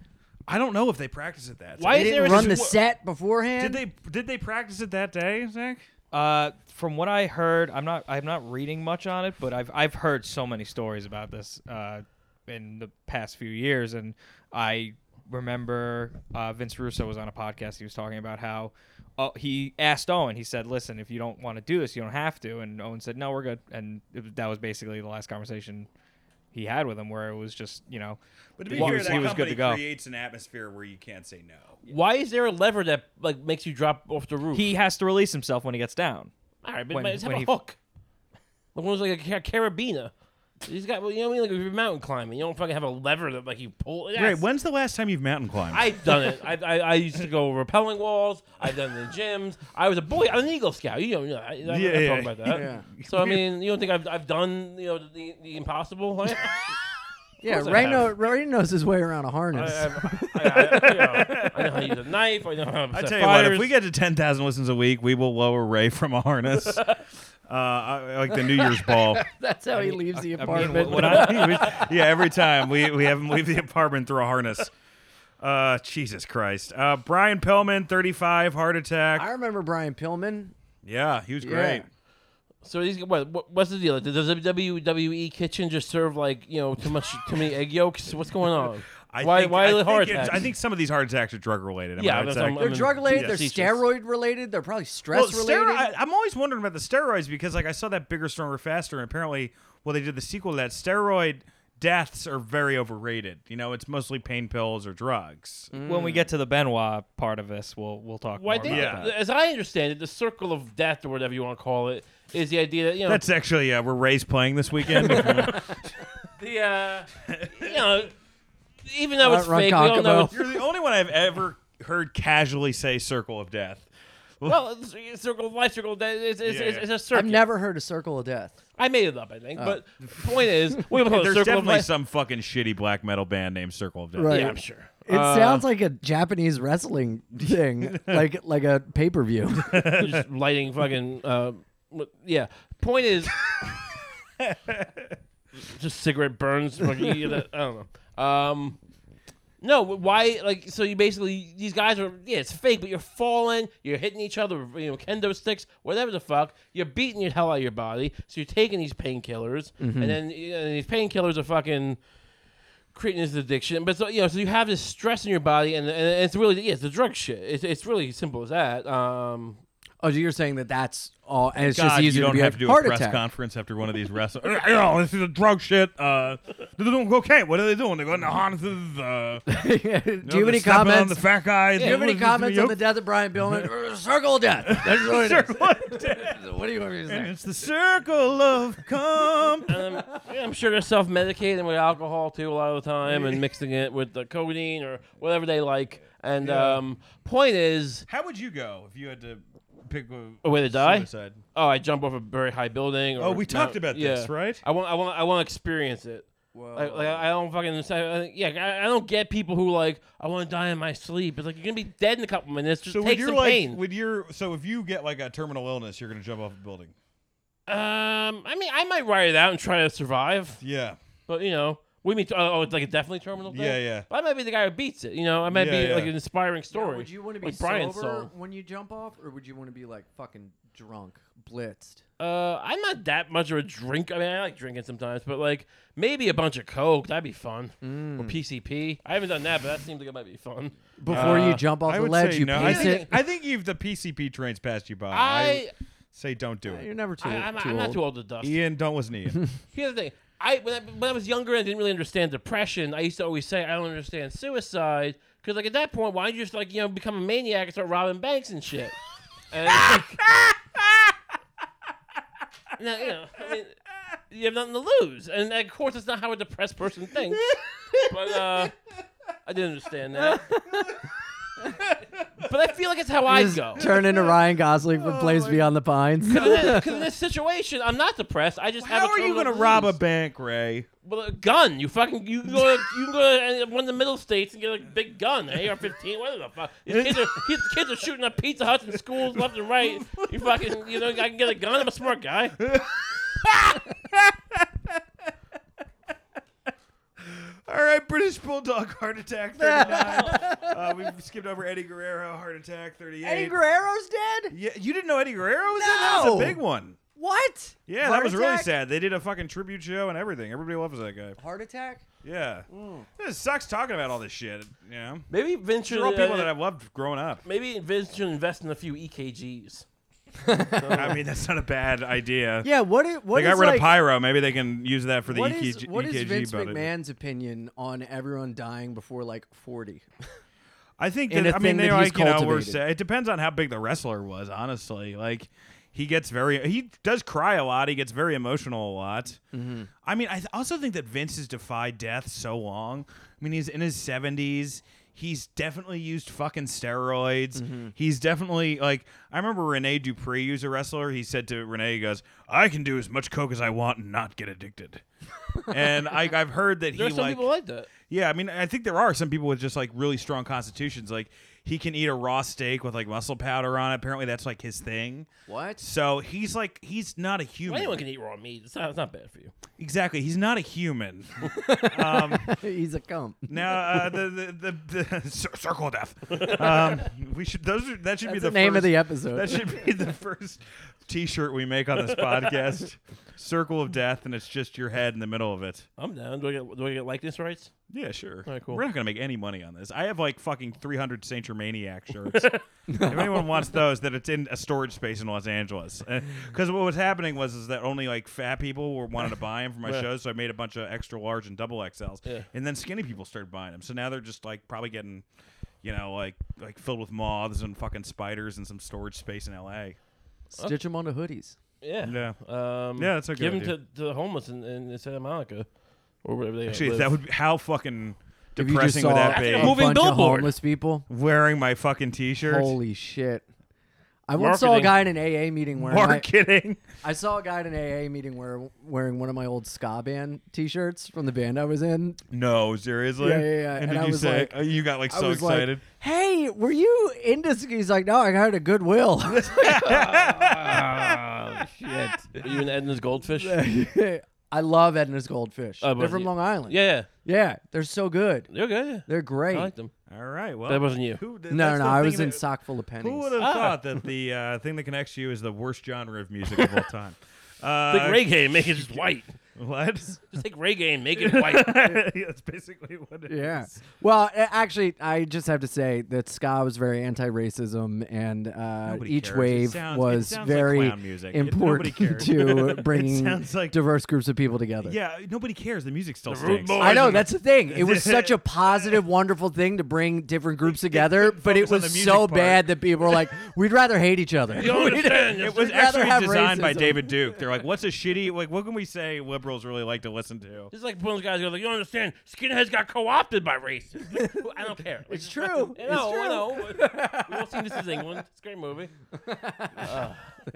S6: I don't know if they practice it that.
S7: Why
S8: They
S7: is there
S8: didn't
S7: a
S8: run the
S7: sw-
S8: set
S6: did
S8: beforehand.
S6: they did they practice it that day, Zach?
S9: Uh, from what I heard, I'm not I'm not reading much on it, but I've I've heard so many stories about this uh, in the past few years, and I remember uh, Vince Russo was on a podcast. He was talking about how uh, he asked Owen. He said, "Listen, if you don't want to do this, you don't have to." And Owen said, "No, we're good." And it, was- that was basically the last conversation he had with him, where it was just you know,
S6: But to be
S9: he
S6: fair,
S9: was,
S6: that
S9: he was good
S6: company
S9: to go.
S6: creates an atmosphere where you can't say no.
S7: Why is there a lever that like makes you drop off the roof?
S9: he has to release himself when he gets down.
S7: All right, but
S9: when-
S7: but just have
S9: when
S7: a
S9: he-
S7: hook. Like one was like a ca- carabiner. He's got, you know what I mean? Like if you're mountain climbing, you don't fucking have a lever that like you pull. Yes.
S6: Right. When's the last time you've mountain climbed?
S7: I've done it. I, I, I used to go rappelling walls. I've done it in gyms. I was a boy. I'm an Eagle Scout. You don't know. I, I, am
S6: Yeah,
S7: not
S6: yeah.
S7: talking about that. So I mean, you don't think I've, I've done you know the, the impossible? Like,
S8: yeah,
S7: course I
S8: Ray,
S7: have.
S8: know, Ray knows his way around a
S7: I,
S8: harness.
S7: I, I, I, you know, I know how to use a knife. I know how to
S6: I
S7: set
S6: tell you what, if
S7: fires.
S6: we get to ten thousand listens a week, we will lower Ray from a harness, uh, I- like the New Year's ball.
S8: That's how he leaves the
S9: I mean,
S8: apartment.
S9: what, what I,
S6: yeah, every time we, we have him leave the apartment through a harness. Uh, Jesus Christ. Uh, Brian Pillman, 35, heart
S8: I
S6: attack.
S8: remember Brian Pillman.
S6: Yeah, he was
S8: Yeah.
S6: great.
S7: So these what, what what's the deal? Does the WWE kitchen just serve like you know too much too many egg yolks? What's going on?
S6: I
S7: why
S6: think,
S7: why
S6: I
S7: the
S6: think
S7: heart
S6: it's-
S7: attacks?
S6: I think some of these heart attacks are drug related.
S7: Yeah, that's what I'm-
S8: They're
S7: I'm-
S8: drug related.
S7: yeah.
S8: They're
S7: Facetious.
S8: steroid related. They're probably
S6: well,
S8: stress
S6: steroid,
S8: related.
S6: I, I'm always wondering about the steroids because like I saw that bigger, stronger, faster, and apparently, well, they did the sequel to that. Steroid deaths are very overrated. You know, it's mostly pain pills or drugs.
S9: when we get to the Benoit part of this, we'll we'll talk.
S7: Why
S9: more
S7: they,
S9: about
S6: Yeah.
S9: that.
S7: as I understand it, the circle of death or whatever you want to call it is the idea that you know
S6: That's actually uh, we're Ray's playing this weekend.
S7: the uh, you know even though
S8: Run-
S7: it's
S8: run,
S7: fake, we all know.
S8: Kokomo.
S7: It's,
S6: You're the only one I've ever heard casually say "circle of death."
S7: well, it's, it's circle of life, circle of death. It's, it's,
S6: Yeah,
S7: it's,
S6: yeah.
S7: it's a circle.
S8: I've never Oh. heard of circle of death.
S7: I made it up, I think. But the point is, we have a
S6: There's
S7: Oh, circle of
S6: definitely
S7: life.
S6: some fucking shitty black metal band named Circle of Death.
S8: Right.
S7: yeah, I'm sure.
S8: It sounds like a Japanese wrestling thing, like like a pay per view.
S7: just lighting fucking uh, what- yeah. Point is, just cigarette burns. like, you get that- I don't know. Um, No, wh- why? Like, so you basically these guys are yeah, it's fake, but you're falling, you're hitting each other, with, you know, kendo sticks, whatever the fuck. You're beating your hell out of your body, so you're taking these painkillers, and then you know, these painkillers are fucking creating this addiction. But so you know, so you have this stress in your body, and, and it's really yeah, it's the drug shit. It's it's really simple as that. Um,
S8: Oh, so you're saying that that's all, and it's just
S6: God,
S8: easy
S6: you don't
S8: to be
S6: have
S8: a
S6: to do a
S8: heart
S6: press
S8: attack.
S6: conference after one of these wrestlers. oh, this is a drug shit. Uh, they're doing cocaine. What are they doing? They're going to harnesses. Uh,
S8: do you have
S6: they're stepping
S8: any
S6: on
S8: comments?
S6: the fat guy?
S8: do you have any comments on the death of Brian Billman? Circle of death. That's what it is. What do you want me to say?
S6: It's the circle of com.
S7: and I'm, yeah, I'm sure they're self medicating with alcohol too a lot of the time, and mixing it with the codeine or whatever they like. And um, point is.
S6: How would you go if you had to pick a,
S7: A way to die?
S6: Suicide?
S7: Oh, I jump off a very high building. Or
S6: Oh, we talked about
S7: yeah.
S6: this, right?
S7: I want, I want, I want to experience it. Whoa. Like, like, I don't fucking, I- I- yeah, I, I don't get people who like, I want to die in my sleep. It's like you're gonna be dead in a couple minutes. Just
S6: So when
S7: take
S6: you're
S7: some
S6: like,
S7: pain.
S6: when you're so if you get like a terminal illness, you're gonna jump off a building.
S7: um, I mean, I might ride it out and try to survive,
S6: Yeah,
S7: but you know, we mean, oh, it's like a definitely terminal. Thing?
S6: Yeah, yeah.
S7: But I might be the guy who beats it. You know, I might
S6: Yeah,
S7: be
S6: yeah.
S7: like an inspiring story.
S8: Would you want to be
S7: like Brian's
S8: sober
S7: song.
S8: when you jump off, or would you want to be like fucking drunk, blitzed?
S7: Uh, I'm not that much of a drink. I mean, I like drinking sometimes, but like maybe a bunch of coke that'd be fun. Or
S6: Mm.
S7: PCP. I haven't done that, but that seems like it might be fun.
S8: Before
S6: Uh,
S8: you jump off
S6: I
S8: the
S6: would
S8: ledge,
S6: say
S8: you
S6: no. I
S8: pace
S6: think,
S8: it.
S6: I think you've the PCP trains passed you by.
S7: I,
S6: say don't do
S8: You're
S6: it.
S8: never too,
S7: I, I'm,
S8: too
S7: I'm
S8: old.
S7: not too old to dust.
S6: Ian, don't listen to Ian.
S7: Here's the thing. I when, I when I was younger and didn't really understand depression, I used to always say I don't understand suicide because like at that point, why don't you just like you know become a maniac and start robbing banks and shit? And it's like, no, you know, I mean, you have nothing to lose, and of course, that's not how a depressed person thinks. but uh, I didn't understand that. but I feel like it's how I
S8: Just
S7: go.
S8: Turn into Ryan Gosling
S6: Oh
S8: from Blaze Beyond the Pines.
S7: Because in this situation, I'm not depressed. I just have.
S6: How
S7: a
S6: are you
S7: terminal
S6: gonna rob a
S7: disease.
S6: bank, Ray?
S7: Well, a gun. You fucking you can go to, you can go to one of the middle states and get a big gun, an AR-15, whatever the fuck. These kids are kids, kids are shooting up Pizza Huts in schools left and right. You fucking you know I can get a gun. I'm a smart guy.
S6: All right, British Bulldog heart attack 39. uh, we've skipped over Eddie Guerrero heart attack 38.
S8: Eddie Guerrero's dead?
S6: Yeah, you didn't know Eddie Guerrero was in that? That was a
S8: No.
S6: big one.
S8: What?
S6: Yeah,
S8: Heart
S6: that was really
S8: attack?
S6: sad. They did a fucking tribute show and everything. Everybody loves that guy.
S8: Heart attack?
S6: Yeah.
S7: Mm.
S6: It sucks talking about all this shit. You know,
S7: Maybe Vince
S6: these
S7: should
S6: are all people that
S7: uh,
S6: I've loved growing up.
S7: maybe Vince should invest in a few E EKGs.
S6: I mean, that's not a bad idea.
S8: Oh. Yeah, what is, what
S6: they got
S8: is,
S6: rid
S8: like,
S6: of pyro. Maybe they can use that for the E
S8: what
S6: EKG,
S8: is- what is
S6: EKG
S8: Vince
S6: button.
S8: McMahon's opinion on everyone dying before like 40?
S6: I think
S8: in
S6: that
S8: a
S6: I mean
S8: thing
S6: they
S8: that he's
S6: like you know we're
S8: cultivated.
S6: sa- it depends on how big the wrestler was honestly like he gets very he does cry a lot he gets very emotional a lot I mean I th- also think that Vince has defied death so long I mean he's in his seventies he's definitely used fucking steroids he's definitely like I remember Rene Dupree who's a wrestler he said to Rene he goes I can do as much coke as I want and not get addicted and I, I've heard that he
S7: There are some
S6: like,
S7: people like that.
S6: yeah, I mean, I think there are some people with just like really strong constitutions. Like he can eat a raw steak with like muscle powder on it. Apparently, that's like his thing.
S8: What?
S6: So he's like he's not a
S7: Well,
S6: human.
S7: anyone can eat raw meat. It's not, it's not bad for you.
S6: exactly, he's not a human.
S8: He's a cum.
S6: now uh, the, the the the cir- circle of death. Um, we should those are, that should be
S8: That's
S6: the
S8: the name
S6: first-
S8: of the episode.
S6: That should be the first T-shirt we make on this podcast. Circle of death, and it's just your head in the middle of it.
S7: I'm down. Do I get do I get likeness rights?
S6: Yeah, sure.
S7: All right, cool.
S6: We're not gonna make any money on this. I have like fucking 300 Saint Germaniac shirts. If anyone wants those, that it's in a storage space in Los Angeles. Because what was happening was is that only like fat people were wanted to buy them for my shows, so I made a bunch of extra large and double XLs,
S7: Yeah.
S6: and then skinny people started buying them. So now they're just like probably getting, you know, like like filled with moths and fucking spiders in some storage space in L.A.
S8: Stitch him onto hoodies.
S7: Yeah.
S6: Yeah.
S7: Um,
S6: Yeah, that's a
S7: Give
S6: good
S7: them to, to the homeless in, in Santa Monica or wherever they
S6: Actually,
S7: live.
S6: that would be, how fucking
S8: If you just
S6: depressing would
S8: saw
S6: that be?
S8: a
S7: Moving
S8: bunch of
S7: billboard.
S8: homeless people.
S6: Wearing my fucking T-shirt.
S8: Holy shit. I once saw a
S7: Marketing.
S8: guy in an AA meeting wearing my,
S6: Marketing.
S8: I saw a guy in an AA meeting wear, wearing one of my old ska band T-shirts from the band I was in.
S6: No, seriously.
S8: Yeah, yeah, yeah.
S6: And,
S8: And
S6: did
S8: I
S6: you
S8: was
S6: say
S8: like-
S6: uh, you got like
S8: I
S6: so
S8: was
S6: excited?
S8: like, "Hey, were you into?" sk-" He's like, "No, I got it at Goodwill."
S7: Are you in Edna's goldfish?
S8: I love Edna's Goldfish.
S7: Oh, but
S8: They're from
S7: you-
S8: Long Island.
S7: Yeah,
S8: Yeah, they're so good.
S7: They're good.
S8: They're great.
S7: I like them.
S6: All right. Well,
S7: That wasn't you. Ah.
S6: Who, that's
S8: No, no,
S6: the
S8: no, I
S6: thing
S8: was in
S6: that-
S8: sock full of pennies.
S6: Who would have thought that the uh, thing that connects you is the worst genre of music of all time? Uh,
S7: Take reggae and make it just white.
S6: What?
S7: Just take reggae and make it white.
S6: That's basically what it is.
S8: Yeah. Well, a- actually, I just have to say that ska was very anti-racism, and uh,
S6: Nobody
S8: each
S6: cares. It
S8: wave
S6: sounds- it
S8: was
S6: sounds like
S8: very
S6: clown music. It- nobody
S8: important
S6: cares.
S8: to
S6: It
S8: bringing
S6: sounds like-
S8: diverse groups of people together.
S6: Yeah, nobody cares. The music still
S7: Rude
S6: stinks.
S7: Boys.
S8: I know that's the thing. It was such a positive, wonderful thing to bring different groups together,
S6: couldn't
S8: but it
S6: focus on
S8: was
S6: the music
S8: so
S6: part.
S8: bad that people were like, "We'd rather hate each other."
S7: You don't understand.
S6: It was
S8: I'd rather
S6: actually
S8: have
S6: designed by
S8: racism.
S6: David Duke. They're like, what's a shitty, like, what can we say liberals really like to listen to?
S7: It's like one of those guys who are like, you don't understand. Skinheads got co-opted by racists. I don't care. Like,
S8: It's true.
S7: I
S8: It's
S7: know,
S8: true.
S7: I know. We all seen this is England. It's a great movie.
S8: that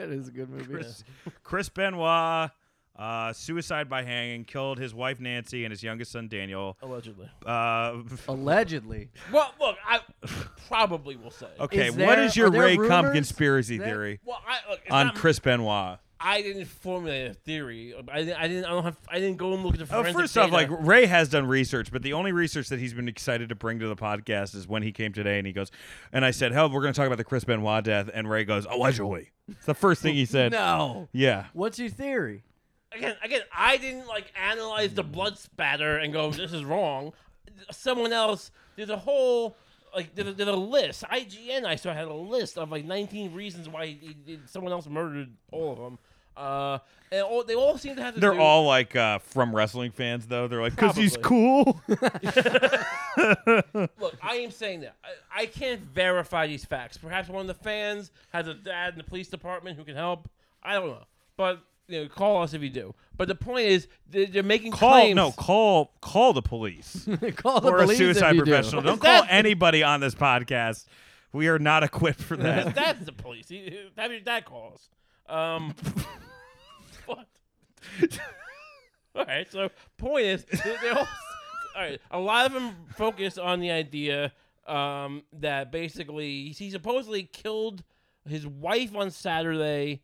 S8: is a good movie.
S6: Chris, Chris Benoit, uh, suicide by hanging, killed his wife Nancy and his youngest son Daniel.
S7: Allegedly.
S6: Uh,
S8: Allegedly,
S7: Well, look, I probably will say.
S6: okay,
S8: Is
S6: what
S8: there-
S6: is your
S8: are there
S6: Ray Kump
S8: rumors
S6: conspiracy
S8: that-
S6: theory
S7: Well, I look, it's
S6: on
S7: not-
S6: Chris Benoit?
S7: I didn't formulate a theory. I didn't. I didn't. I don't have. I didn't go and look at the
S6: Oh,
S7: forensic
S6: first off, like
S7: data.
S6: Ray has done research, but the only research that he's been excited to bring to the podcast is when he came today and he goes, and I said, "Hell, we're going to talk about the Chris Benoit death," and Ray goes, "Allegedly." It's the first thing he said.
S8: no.
S6: Yeah.
S8: What's your theory?
S7: again, again, I didn't like analyze the blood spatter and go, this is wrong. Someone else, there's a whole like there's a, there's a list. IGN I saw had a list of like 19 reasons why he, he- someone else murdered all of them. Uh, and all, they all seem to have. To
S6: They're
S7: do-
S6: all like uh, from wrestling fans, though. They're like, because he's cool.
S7: Look, I am saying that I, I can't verify these facts. Perhaps one of the fans has a dad in the police department who can help. I don't know, but you know, call us if you do. But the point is, they're, they're making
S6: call
S7: claims.
S6: no, call call the police
S8: Call the
S6: or a
S8: police if
S6: suicide
S8: you do.
S6: professional. Do. not
S7: Is
S6: call
S7: that-
S6: anybody on this podcast. We are not equipped for that.
S7: That's the police. He- he- Have your dad call us. Um, what? all right. So point is, they, they all, all right. A lot of them focus on the idea um, that basically he supposedly killed his wife on Saturday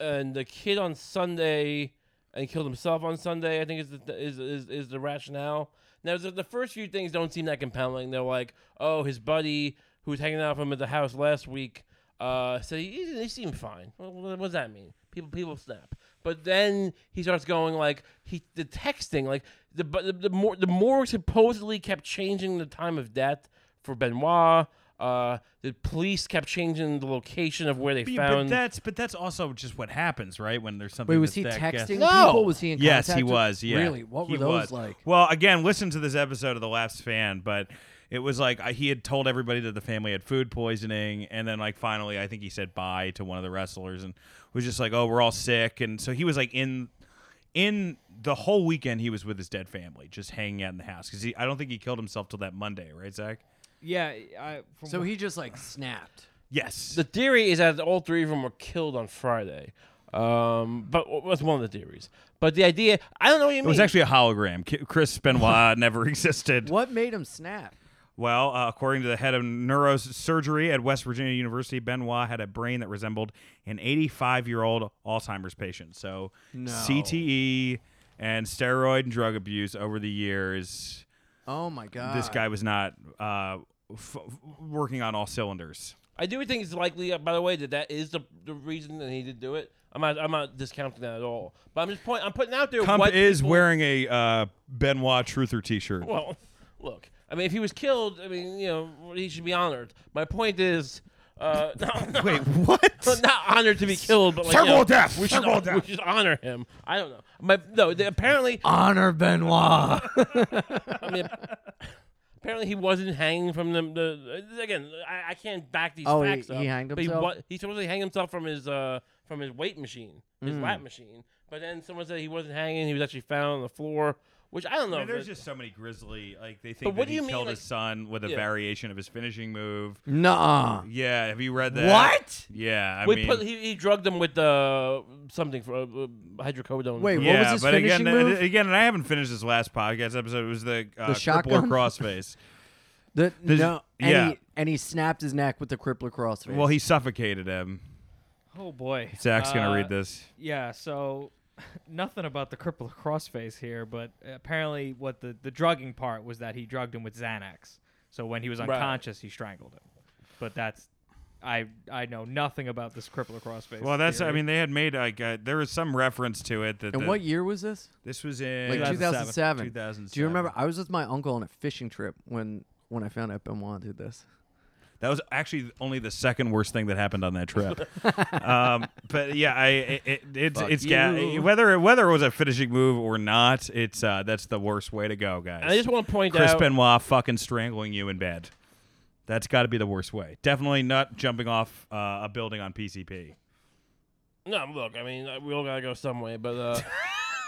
S7: and the kid on Sunday and killed himself on Sunday. I think is the is is, is the rationale. Now the, the first few things don't seem that compelling. They're like, oh, his buddy who was hanging out with him at the house last week uh, said he, he, he seemed fine. Well, what does that mean? People people snap. But then he starts going like he the texting like the but the, the more the morgue supposedly kept changing the time of death for Benoit. Uh, the police kept changing the location of where they
S6: But
S7: found.
S6: that's but that's also just what happens, right? When there's something.
S8: Wait, was he
S6: that's that guess-
S8: texting
S7: No.
S8: people? Was he in
S6: Yes,
S8: contact
S6: he
S8: with-
S6: was. Yeah,
S8: Really? What were
S6: He
S8: those
S6: was.
S8: like?
S6: Well, again, listen to this episode of The Last Fan, but it was like I, he had told everybody that the family had food poisoning, and then like finally, I think he said bye to one of the wrestlers and was just like, "Oh, we're all sick," and so he was like in. In the whole weekend, he was with his dead family, just hanging out in the house. Because I don't think he killed himself till that Monday, right, Zach?
S9: Yeah. I, from
S8: So he just like snapped.
S6: Yes.
S7: The theory is that all three of them were killed on Friday. Um, but that's one of the theories. But the idea, I don't know what you
S6: it
S7: mean.
S6: was actually a hologram. Ki- Chris Benoit never existed.
S8: What made him snap?
S6: Well, uh, according to the head of neurosurgery at West Virginia University, Benoit had a brain that resembled an 85 year old Alzheimer's patient. So, CTE and steroid and drug abuse over the years,
S8: Oh my god!
S6: this guy was not uh, f- working on all cylinders.
S7: I do think it's likely, uh, by the way, that that is the, the reason that he did do it. I'm not, I'm not discounting that at all. But I'm just point, I'm putting out there
S6: Kump
S7: what
S6: is
S7: people-
S6: wearing a uh, Benoit Truther t shirt.
S7: Well, look, I mean, if he was killed, I mean, you know, he should be honored. My point is, uh, no,
S6: Wait, what?
S7: not honored to be killed, but like you
S4: Circle
S7: know,
S4: of death,
S7: We should,
S4: circle of
S7: we should honor him. I don't know. My no, they, apparently
S8: honor Benoit.
S7: I mean, apparently he wasn't hanging from the. the again, I, I can't back these
S8: Oh, he-
S7: facts up.
S8: he hanged
S7: but
S8: himself?
S7: He, wa- he supposedly hanged himself from his uh from his weight machine, his
S8: Hmm.
S7: lap machine. But then someone said he wasn't hanging; he was actually found on the floor, which I don't know.
S6: I mean,
S7: if
S6: there's
S7: it-
S6: just so many grisly. Like they
S7: But
S6: think
S7: what
S6: that
S7: do
S6: he
S7: you mean,
S6: killed
S7: like-
S6: his son with a
S7: Yeah.
S6: variation of his finishing move.
S8: Nuh-uh.
S6: Yeah, have you read that?
S8: What?
S6: Yeah, I
S7: we
S6: mean,
S7: put, he, he drugged them with uh, something for uh, uh, hydrocodone.
S8: Wait,
S7: yeah.
S8: what was
S6: yeah,
S8: his
S6: but again,
S8: finishing move?
S6: th- again, and I haven't finished this last podcast episode. It was the, uh,
S8: The
S6: crippler
S8: shotgun?
S6: crossface.
S8: The,
S6: This-
S8: no, and,
S6: yeah.
S8: he, and he snapped his neck with the crippler crossface.
S6: well, he suffocated him.
S9: oh boy.
S6: Zach's gonna
S9: Uh,
S6: read this.
S9: Yeah. So nothing about the cripple crossface here, but apparently what the the drugging part was that he drugged him with Xanax. So when he was
S7: Right.
S9: unconscious, he strangled him. But that's I I know nothing about this cripple crossface.
S6: Well, that's. I
S9: theory.
S6: mean, they had made like uh, there was some reference to it that.
S8: And
S6: the-
S8: what year was this?
S6: This was in
S8: Like 2007.
S6: 2007.
S8: Do you remember? I was with my uncle on a fishing trip when when I found out Benoit did this.
S6: That was actually only the second worst thing that happened on that trip. um, but yeah, I it, it, it's
S8: Fuck
S6: it's ga-
S8: you.
S6: whether whether it was a finishing move or not, it's uh, that's the worst way to go, guys.
S7: And I just want to point
S6: Chris
S7: out.
S6: Benoit fucking strangling you in bed. That's got to be the worst way. Definitely not jumping off uh, a building on PCP.
S7: No, look, I mean, uh, we all gotta go some way, but uh,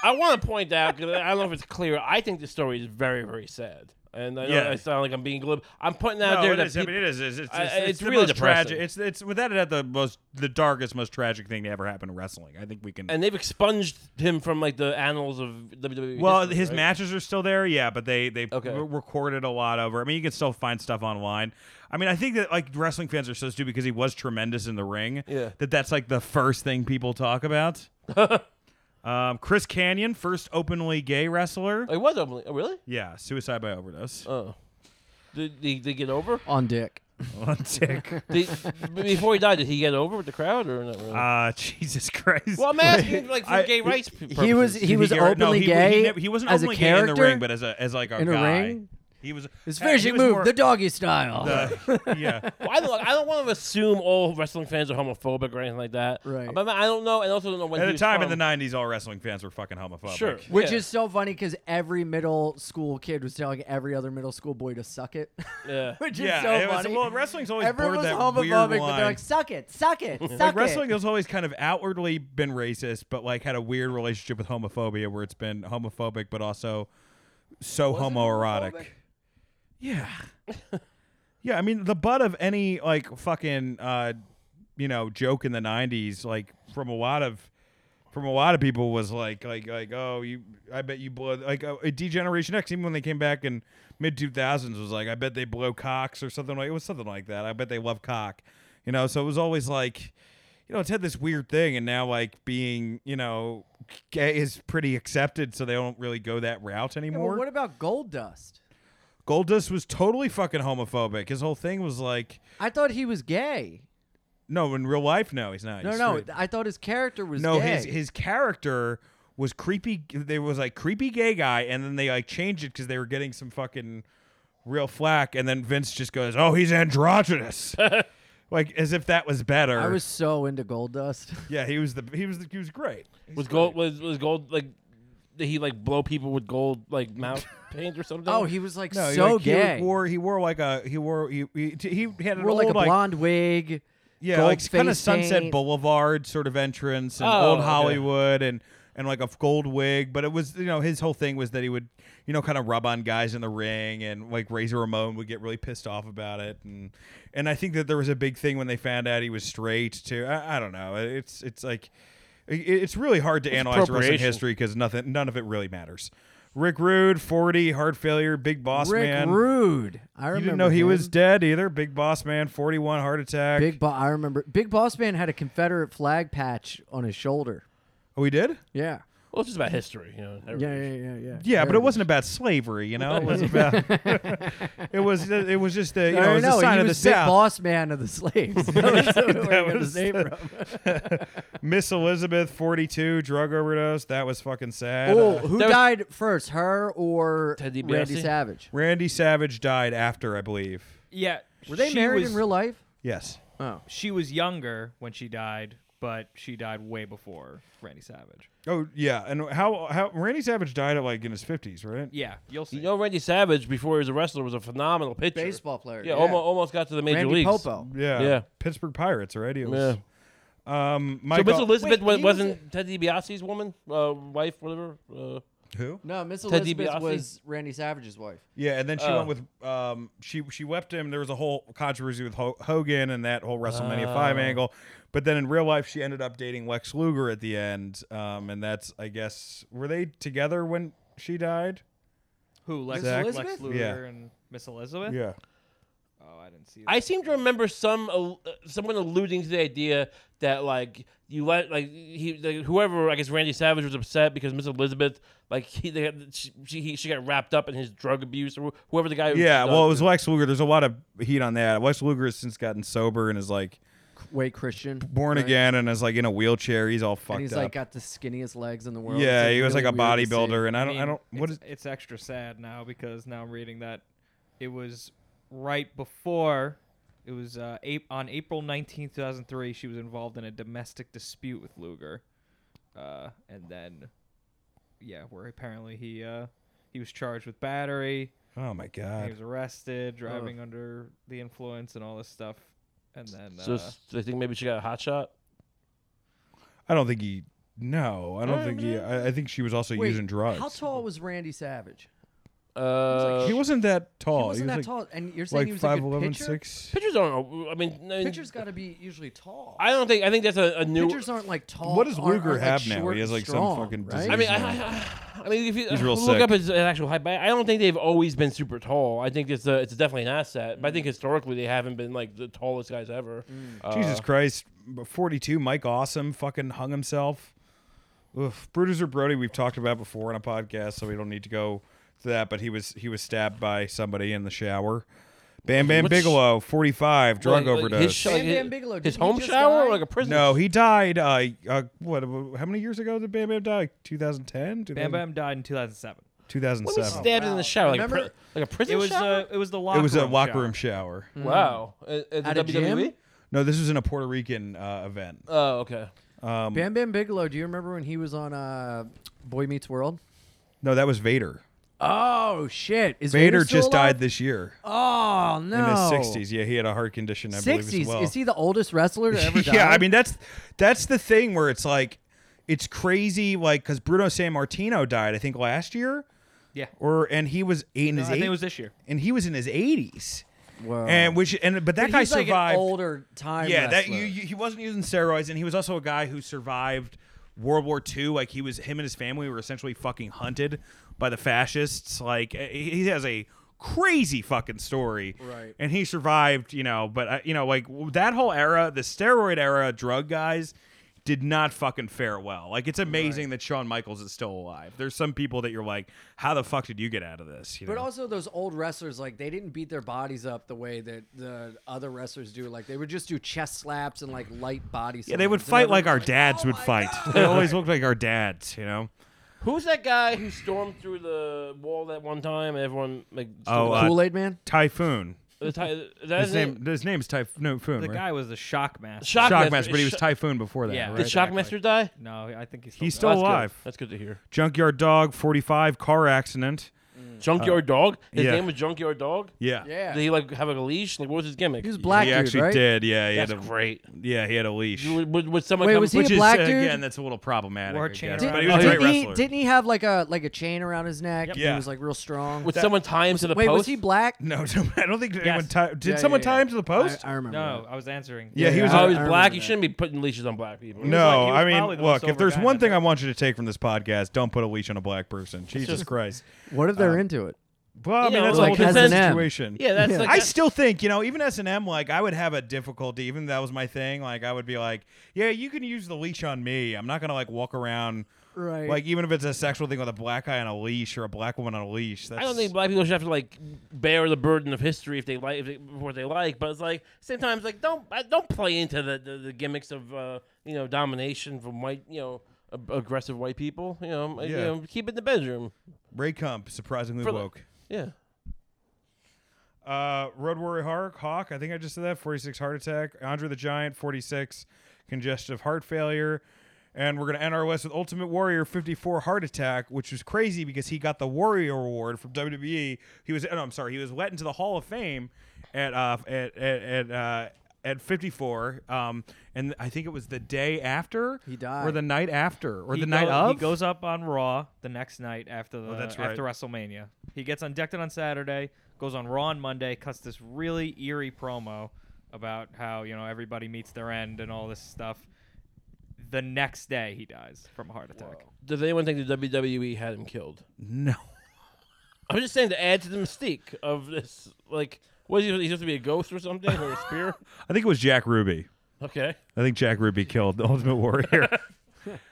S7: I want to point out because I don't know if it's clear. I think the story is very, very sad, and I, know
S6: Yeah.
S7: I sound like I'm being glib. I'm pointing out
S6: no,
S7: there
S6: it
S7: that
S6: is. I mean,
S7: peop-
S6: it is. It's, it's,
S7: I-
S6: it's,
S7: it's
S6: the
S7: really
S6: most
S7: depressing.
S6: tragic. It's it's without a doubt the most the darkest, most tragic thing to ever happen in wrestling. I think we can.
S7: and they've expunged him from like the annals of WWE.
S6: well,
S7: history,
S6: his
S7: right?
S6: matches are still there, yeah, but they they
S7: Okay.
S6: re- recorded a lot over. I mean, you can still find stuff online. I mean, I think that like wrestling fans are so stupid because he was tremendous in the ring.
S7: Yeah.
S6: that that's like the first thing people talk about. um, Chris Canyon, first openly gay wrestler.
S8: Uh,
S7: It was openly. Oh, really?
S6: Yeah, suicide by overdose.
S7: Oh, did, did they get over?
S8: On dick.
S6: On tick.
S7: Did, b- before he died, did he get over with the crowd or not really?
S6: Ah, Jesus Christ.
S7: well, I'm asking like for
S6: I-
S7: gay rights. p-
S8: he was-
S7: purposes.
S8: he was
S6: get- no,
S8: openly
S6: he,
S8: gay
S6: He, never- he wasn't
S8: as a
S6: openly gay in the
S8: character?
S6: ring, but as a as like a
S8: In a
S6: guy.
S8: ring?
S6: He was
S8: His
S6: uh, he
S8: finishing
S6: was
S8: move,
S6: more-
S8: the doggy style.
S6: the- yeah.
S7: Well, I don't, I don't want to assume all wrestling fans are homophobic or anything like that.
S8: Right.
S7: But I don't know, and also don't know when
S6: At
S7: he
S6: the
S7: was
S6: time
S7: from.
S6: in the '90s, all wrestling fans were fucking homophobic.
S7: Sure.
S8: Which
S7: Yeah.
S8: is so funny because every middle school kid was telling every other middle school boy to suck it.
S7: Yeah.
S8: Which
S6: Yeah,
S8: is so
S6: it was-
S8: funny.
S6: well, wrestling's always
S8: Everyone was
S6: bordered that weird
S8: homophobic, but
S6: line.
S8: they're like, suck it, suck it, suck
S6: Like
S8: it.
S6: wrestling has always kind of outwardly been racist, but like had a weird relationship with homophobia, where it's been homophobic, but also so homoerotic.
S10: homophobic?
S6: Yeah, yeah. I mean, the butt of any like fucking uh, you know joke in the '90s, like from a lot of from a lot of people, was like like like oh you, I bet you blow like uh, D Generation X, even when they came back in mid 2000s, was like I bet they blow cocks or something like it was something like that. I bet they love cock, you know. So it was always like you know, it's had this weird thing, and now like being, you know, gay is pretty accepted, so they don't really go that route
S8: Yeah, well,
S6: anymore.
S8: what about gold dust?
S6: Goldust was totally fucking homophobic. His whole thing was like,
S8: I thought he was gay.
S6: no, in real life, no, he's not.
S8: No,
S6: He's
S8: no,
S6: straight.
S8: I thought his character was
S6: no,
S8: gay.
S6: his his character was creepy. There was like creepy gay guy, and then they like changed it because they were getting some fucking real flack, and then Vince just goes, "Oh, he's androgynous." Like as if that was better.
S8: I was so into gold dust.
S6: yeah, he was the he was the, he was great.
S7: was gold was was gold like did he like blow people with gold like mouth paint or something?
S8: oh, he was like
S6: No,
S8: so
S6: he, like,
S8: gay.
S6: He wore he wore like a he wore he he, he had an
S8: wore
S6: old
S8: like a blonde wig.
S6: yeah
S8: gold
S6: like kind of
S8: face
S6: Sunset
S8: paint.
S6: Boulevard sort of entrance and
S7: Oh,
S6: old
S7: okay.
S6: Hollywood and and like a f- gold wig, but it was you know his whole thing was that he would you know kind of rub on guys in the ring and like Razor Ramon would get really pissed off about it and and I think that there was a big thing when they found out he was straight too. I, I don't know. It's it's like it, it's really hard to analyze wrestling
S7: appropriation.
S6: history because nothing none of it really matters. Rick Rude, forty, heart failure, big boss
S8: Rick
S6: man.
S8: Rude. I remember
S6: You didn't know he
S8: him.
S6: was dead either. Big Boss Man, 41 heart attack.
S8: Big Bo- I remember Big Boss Man had a Confederate flag patch on his shoulder.
S6: oh, he did?
S8: Yeah.
S7: well, it's just about history, you know.
S8: Yeah, yeah, yeah, yeah.
S6: Yeah, but it wasn't about slavery, you know. It was about. it was. It was just the. You know, it was a
S8: no,
S6: sign
S8: he
S6: of the
S8: was Big
S6: South.
S8: Boss Man of the slaves. That was where he got his
S6: was
S8: name
S6: the-
S8: from.
S6: Miss Elizabeth, 42, drug overdose. That was fucking sad.
S8: Oh,
S6: Uh,
S8: who
S7: That was-
S8: died first, her or
S7: Ted DiBiase?
S8: Randy Savage?
S6: Randy Savage died after, I believe.
S9: yeah,
S8: Were they married in real life?
S6: Yes.
S8: Oh,
S9: She was younger when she died, but she died way before Randy Savage.
S6: Oh yeah, and how how Randy Savage died at like in his fifties, right?
S9: Yeah, you'll see.
S7: You know, Randy Savage before he was a wrestler was a phenomenal pitcher.
S8: baseball player.
S7: Yeah, Almost, almost got to the major
S8: Randy
S7: leagues.
S8: Popo.
S6: Yeah.
S7: Yeah.
S6: Pittsburgh Pirates, right? He
S7: Yeah.
S6: was. Um,
S7: So
S6: Michael.
S7: Miss Elizabeth
S8: Wait,
S7: wa-
S8: he was
S7: wasn't Ted DiBiase's woman, uh, wife, whatever. Uh,
S6: who?
S8: No, Miss
S7: Ted
S8: Elizabeth
S7: DiBiase?
S8: was Randy Savage's wife.
S6: Yeah, and then she
S7: Oh.
S6: went with um, she she wept him. There was a whole controversy with Ho- Hogan and that whole WrestleMania
S8: Oh.
S6: five angle, but then in real life she ended up dating Lex Luger at the end, um, and that's I guess were they together when she died?
S9: Who? Lex,
S6: Zach-
S9: Lex
S8: Elizabeth?
S9: Luger
S6: Yeah.
S9: and Miss Elizabeth?
S6: Yeah,
S9: Oh, I didn't see. That.
S7: I seem to remember some al- uh, someone alluding to the idea that like you let like he like, whoever I guess Randy Savage was upset because Miss Elizabeth like he they, had- she she, he, she got wrapped up in his drug abuse or wh- whoever the guy who
S6: Yeah,
S7: uh,
S6: well, it was Lex Luger. There's a lot of heat on that. Lex Luger has since gotten sober and is like
S8: Wait, Christian.
S6: born
S8: right?
S6: again and is like in a wheelchair. He's all fucked
S8: And he's
S6: up.
S8: like got the skinniest legs in the world.
S6: yeah,
S8: It's
S6: he was
S8: really
S6: like a
S8: weird to see.
S6: bodybuilder, and I don't, I
S9: mean,
S6: don't. What is?
S9: it's, it's extra sad now because now I'm reading that it was right before it was uh, Ap- on April 19th, 2003. She was involved in a domestic dispute with Luger, uh, and then yeah, where apparently he uh, he was charged with battery.
S6: Oh my
S9: and He
S6: god.
S9: was arrested, driving under the influence, and all this stuff. And then
S7: so
S9: uh,
S7: s- I think maybe she got a hot shot.
S6: I don't think he. No, I don't think he. I, I think she was also
S8: Wait,
S6: using drugs.
S8: How tall was Randy Savage?
S7: Uh,
S6: Oh, he wasn't that tall.
S8: He wasn't that
S6: was
S8: tall, and you're saying
S6: like,
S8: he
S6: like
S8: was a
S6: five
S8: good
S6: eleven
S8: pitcher?
S6: six.
S7: pictures don't. I mean, I mean,
S8: Pitchers got to be usually tall.
S7: I don't think I think that's a, a new.
S8: Pitchers aren't like tall.
S6: What does
S8: aren't-
S6: Luger
S8: aren't,
S6: have
S8: like,
S6: now?
S8: short
S6: He has,
S8: and
S6: like, some
S8: strong,
S6: fucking
S8: right?
S6: disease.
S7: I mean, I,
S6: He's
S7: I, I mean, if you
S6: He's real
S7: look
S6: sick.
S7: up his, his actual height, but I don't think they've always been super tall. I think it's uh it's definitely an asset, but I think
S6: Mm.
S7: historically they haven't been like the tallest guys ever.
S6: Jesus Christ, forty two. Mike Awesome fucking hung himself. Oof. Brutus or Brody, we've talked about before on a podcast, so we don't need to go to that. But he was he was stabbed by somebody in the shower. Bam Bam
S7: What's-
S6: Bigelow, forty five, drug
S7: Like- like
S6: overdose.
S7: His, sho-
S8: Bam
S7: his-
S8: Bam Bigelow,
S7: his
S8: didn't he
S7: home
S8: just
S7: shower,
S8: die?
S7: or like a prison.
S6: no, he died. Uh, uh, what? How many years ago did Bam Bam die? 2010,
S9: Bam Bam died in 2007.
S7: What was
S6: 2007.
S7: stabbed in the shower? Like, a, pri-
S8: Remember-
S7: like a prison
S9: It was
S7: shower?
S9: uh, it was the
S6: It
S9: locker
S6: was a locker
S9: shower.
S6: room shower.
S7: Hmm. wow. At, at the
S8: At a gym?
S7: WWE?
S6: No, this was in a Puerto Rican uh, event.
S7: Oh, okay.
S6: um,
S8: Bam Bam Bigelow. Do you remember when he was on uh, Boy Meets World?
S6: No, that was Vader.
S8: Oh shit! Is
S6: Vader,
S8: still
S6: just
S8: alive?
S6: died this year
S8: Oh no!
S6: in his 60s. Yeah, he had a heart condition. I believe as
S8: Sixties.
S6: well.
S8: Is he the oldest wrestler to ever die?
S6: yeah, I mean that's that's the thing where it's like it's crazy, like because Bruno San Martino died, I think last year.
S9: Yeah.
S6: Or and he was eight in
S9: No, I
S6: his.
S9: think
S6: eight-
S9: it was this year.
S6: And he was in his 80s,
S8: Whoa.
S6: and which and but that
S8: But
S6: guy
S8: he's
S6: survived.
S8: Like an older time.
S6: yeah, that
S8: wrestler.
S6: you, you, he wasn't using steroids, and he was also a guy who survived World War II. Like he was, him and his family were essentially fucking hunted by the fascists. Like eh, he he has a crazy fucking story,
S8: Right.
S6: And he survived, you know. But I, you know, like w- that whole era, the steroid era, drug guys. Did not fucking fare well. Like it's amazing that Shawn Michaels is still alive. There's some people that you're like, how the fuck did you get out of this? You
S8: But
S6: know?
S8: also those old wrestlers, like they didn't beat their bodies up the way that the other wrestlers do. Like they would just do chest slaps and like light body.
S6: yeah, they would fight like our dads
S8: Oh
S6: would fight. They always looked like our dads, you know.
S7: Who's that guy who stormed through the wall that one time and everyone like
S6: Oh, uh,
S8: Kool Aid Man.
S6: Typhoon.
S7: the ty- is that
S6: His name, his name's Typhoon. No,
S9: The guy was the shock master.
S7: Shockmaster.
S6: Shockmaster, but he was
S7: Shock-
S6: Typhoon before that.
S9: Yeah.
S6: right?
S7: Did Shockmaster die?
S9: No, I think he's still
S6: He's
S9: dead.
S6: still
S7: That's good.
S6: alive.
S7: That's good to hear.
S6: Junkyard Dog, 45, car accident.
S7: Junkyard Dog. His
S6: Hmm. Oh. yeah.
S7: name was Junkyard Dog.
S6: Yeah.
S8: Yeah,
S7: Did he like have like, a leash? Like, what was his gimmick?
S8: he was black
S6: he
S8: dude,
S6: actually
S8: right?
S6: did. Yeah, he
S7: That's
S6: had a
S7: great.
S6: yeah, he had a leash.
S7: Would, would, would someone
S8: Wait,
S7: come
S8: was he
S6: which
S8: a
S6: is
S8: black
S6: uh,
S8: dude?
S6: again, that's a little problematic.
S9: Wore a
S6: I
S9: chain
S6: guess.
S9: around
S6: but he
S8: his
S6: was a
S8: neck.
S6: great
S8: didn't, he,
S6: wrestler.
S8: didn't he have like a like a chain around his neck?
S6: Yeah.
S8: he was like real strong.
S7: Would someone tie him to the
S8: Wait,
S7: post?
S8: was he black?
S6: no, no, I don't think anyone.
S9: Yes.
S6: Ti- did
S8: Yeah,
S6: someone
S8: yeah,
S6: tie
S8: yeah.
S6: him to the post?
S8: I, I remember.
S9: No,
S8: that.
S9: I was answering.
S6: Yeah, he was
S7: oh,
S6: I
S7: he was
S8: remember
S7: black. You
S8: that.
S7: shouldn't be putting leashes on black people.
S6: no,
S9: he was
S6: I
S9: probably
S6: mean,
S9: the
S6: look,
S9: sober
S6: if there's
S9: guy
S6: one
S9: that
S6: thing
S9: day.
S6: I want you to take from this podcast, don't put a leash on a black person. Jesus Christ.
S8: What if they're
S6: Uh,
S8: into it?
S6: Well, I
S7: You
S6: mean,
S7: know,
S6: that's
S7: like
S6: a whole different
S8: S&M.
S6: situation.
S7: Yeah, that's like
S6: I
S7: that-
S6: still think, you know, even S and M, like I would have a difficulty. Even if that was my thing. Like I would be like, yeah, you can use the leash on me. I'm not gonna like walk around,
S8: Right.
S6: like even if it's a sexual thing with a black guy on a leash or a black woman on a leash. That's,
S7: I don't think black people should have to like bear the burden of history if they like if they, what they like. But it's like same time, it's like don't uh, don't play into the, the, the gimmicks of uh, you know domination from white you know ag- aggressive white people. You know, you
S6: Yeah.
S7: know, keep it in the bedroom.
S6: Ray Kump surprisingly
S7: For the-
S6: woke.
S7: Yeah.
S6: Uh, Road Warrior Hawk, Hawk. I think I just said that. 46 heart attack. Andre the Giant, 46 congestive heart failure. And we're gonna end our list with Ultimate Warrior 54 heart attack, which was crazy because he got the Warrior Award from WWE. He was, no, I'm sorry, he was let into the Hall of Fame at uh, at at, at uh, at 54, um, and I think it was the day after
S8: He died.
S6: or the night after, or
S9: He
S6: the night
S9: go-
S6: of.
S9: He goes up on Raw the next night after the
S6: Oh, that's
S9: after WrestleMania. He gets undected on Saturday, goes on Raw on Monday, cuts this really eerie promo about how you know everybody meets their end and all this stuff. The next day, he dies from a heart attack.
S7: Does anyone think the WWE had him killed?
S6: no,
S7: I'm just saying to add to the mystique of this, like What is he? He's supposed to be a ghost or something, or a spear?
S6: I think it was Jack Ruby.
S7: Okay.
S6: I think Jack Ruby killed the Ultimate Warrior.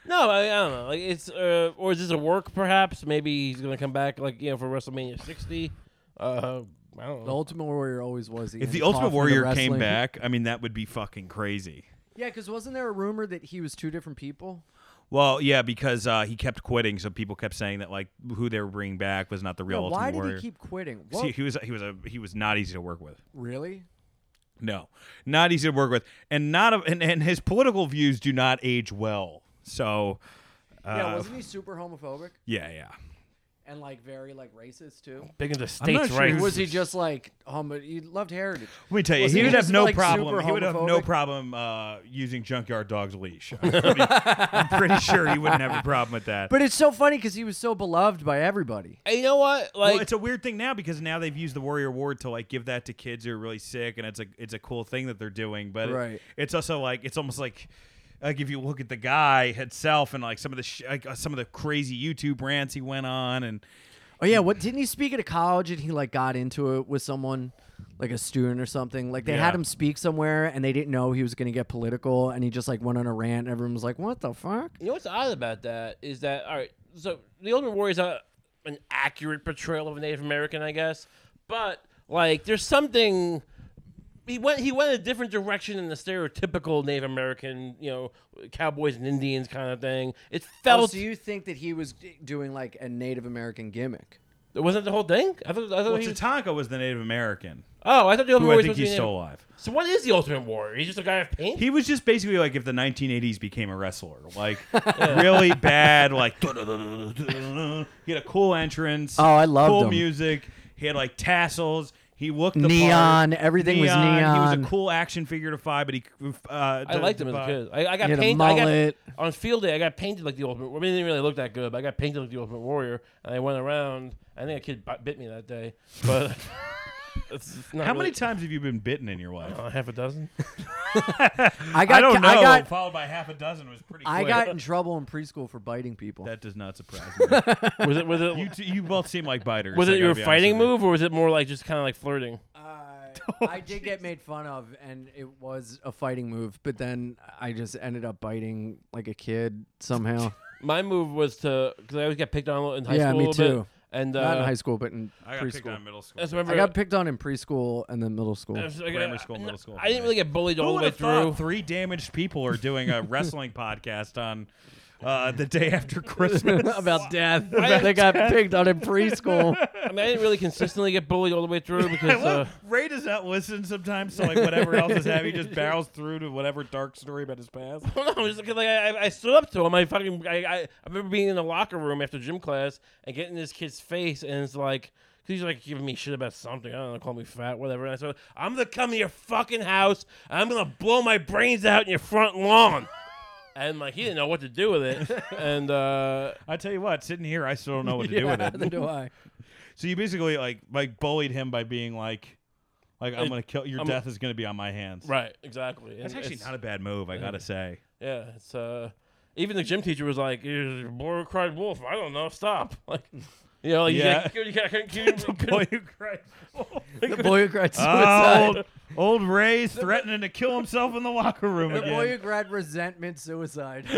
S7: No, I, I don't know. Like it's uh, or is this a work? Perhaps maybe he's gonna come back like you know for WrestleMania 60. Uh, I don't
S8: The
S7: know.
S8: Ultimate Warrior always was the.
S6: if the
S8: end
S6: Ultimate
S8: coffin of
S6: Warrior came
S8: wrestling.
S6: back, I mean that would be fucking crazy.
S8: Yeah, because wasn't there a rumor that he was two different people?
S6: Well, yeah, because uh, he kept quitting, so people kept saying that like who they were bringing back was not the real
S8: Yeah,
S6: Ultimate
S8: why did
S6: Warrior.
S8: he keep quitting?
S6: 'Cause
S8: What?
S6: He, he was he was a he was not easy to work with.
S8: really?
S6: No, not easy to work with, and not a, and, and his political views do not age well. So, uh,
S8: yeah, wasn't he super homophobic
S6: yeah, yeah.
S8: and like very like racist too?
S7: Big into
S6: I'm not
S7: states'
S6: sure
S7: rights.
S6: who
S8: Was he just like homo? He loved heritage.
S6: Let me tell you,
S8: Wasn't
S6: he
S8: he
S6: would have
S8: just,
S6: no
S8: like,
S6: problem.
S8: super
S6: He would have no
S8: homophobic?
S6: problem uh, using Junkyard Dog's leash. I'm pretty, I'm pretty sure he wouldn't have a problem with that.
S8: But it's so funny because he was so beloved by everybody.
S7: Hey, you know what? Like,
S6: well, it's a weird thing now because now they've used the Warrior Award to like give that to kids who are really sick, and it's a it's a cool thing that they're doing. But it-
S8: Right.
S6: it's also like it's almost like like if you look at the guy himself and like some of the sh- like, uh, some of the crazy YouTube rants he went on, and
S8: Oh yeah, what didn't he speak at a college and he like got into it with someone, like a student or something? Like they
S6: Yeah.
S8: had him speak somewhere and they didn't know he was gonna get political and he just like went on a rant and everyone was like, "What the fuck?"
S7: You know what's odd about that is that all right. So the Ultimate Warrior is a, an accurate portrayal of a Native American, I guess, but like there's something. He went. He went a different direction than the stereotypical Native American, you know, cowboys and Indians kind of thing. It felt.
S8: Else, do Oh, you think that he was d- doing like a Native American gimmick?
S7: wasn't that the whole thing? I thought. I thought
S6: well,
S7: he was,
S6: Tatanka was the Native American
S7: oh, I thought the Ultimate
S6: who I
S7: Warrior
S6: think
S7: was supposed to be
S6: he's still
S7: Native-
S6: alive.
S7: So what is the Ultimate Warrior? He's just a guy of paint.
S6: He was just basically like if the 1980s became a wrestler, like really bad, like he had a cool entrance.
S8: Oh, I loved
S6: cool
S8: him.
S6: music. He had like tassels. He looked the
S8: Neon,
S6: part.
S8: everything was
S6: He was
S8: neon.
S6: a cool action figure to fight, but he. Uh,
S7: I liked him as a
S6: but-
S7: kid. I, I got
S8: He had a
S7: painted. I got,
S8: mullet.
S7: on field day, I got painted like the Ultimate Warrior. I mean, it didn't really look that good, but I got painted like the Ultimate Warrior, and I went around. I think a kid bit- bit me that day, but it's, it's not
S6: How
S7: really-
S6: many times have you been bitten in your life?
S7: Uh, half a dozen.
S8: I got
S6: I don't know.
S8: I got
S6: Followed by half a dozen was pretty.
S8: I
S6: quick.
S8: got in trouble in preschool for biting people.
S6: That does not surprise me.
S7: Was it? Was it?
S6: you, two, you both seem like biters.
S7: was
S6: I
S7: it your
S6: gotta be honest
S7: fighting
S6: with you.
S7: move, or was it more like just kind of like flirting?
S8: Uh, I did get made fun of, and it was a fighting move. But then I just ended up biting like a kid somehow.
S7: My move was to because I always got picked on in high
S8: Yeah,
S7: school.
S8: me
S7: a little bit,
S8: too.
S7: and uh,
S8: Not in high school, but in
S6: I got
S8: preschool.
S6: picked on in middle school.
S7: I just remember
S8: I got picked on in preschool and then middle school.
S7: I was like,
S6: Grammar
S7: I-
S6: school,
S7: I-
S6: middle school.
S7: I didn't really get bullied
S6: Who
S7: all the
S6: would
S7: way
S6: have thought
S7: through.
S6: three damaged people are doing a wrestling podcast on uh, the day after Christmas?
S8: About death. they got picked on in preschool.
S7: I mean, I didn't really consistently get bullied all the way through because uh,
S6: Ray does not listen sometimes, so like whatever else is happening, he just barrels through to whatever dark story about his past.
S7: I don't know, just 'cause, like I, I- I stood up to him. I fucking I, I, I remember being in the locker room after gym class and getting in this kid's face, and it's like 'cause he's like giving me shit about something. I don't know, call me fat, whatever. And I said, "I'm gonna come to your fucking house. And I'm gonna blow my brains out in your front lawn." And like he didn't know what to do with it, and uh,
S6: I tell you what, sitting here, I still don't know what to do with it.
S8: Neither do I.
S6: So you basically like like bullied him by being like, like I'm gonna kill your
S7: I'm-
S6: death is gonna be on my hands.
S7: right, exactly.
S6: That's
S7: And
S6: actually
S7: it's-
S6: not a bad move, I gotta say.
S7: yeah. It's uh, even the gym teacher was like, "You're a "Boy who cried wolf." I don't know. Stop. Like, you know, like,
S6: Yeah.
S7: yeah. You, can't- you, can't- you,
S6: Boy who cried.
S8: The boy who cried
S6: Ah,
S8: suicide.
S6: old, old Ray's threatening to kill himself in the locker room
S8: the
S6: again.
S8: boy who cried resentment suicide.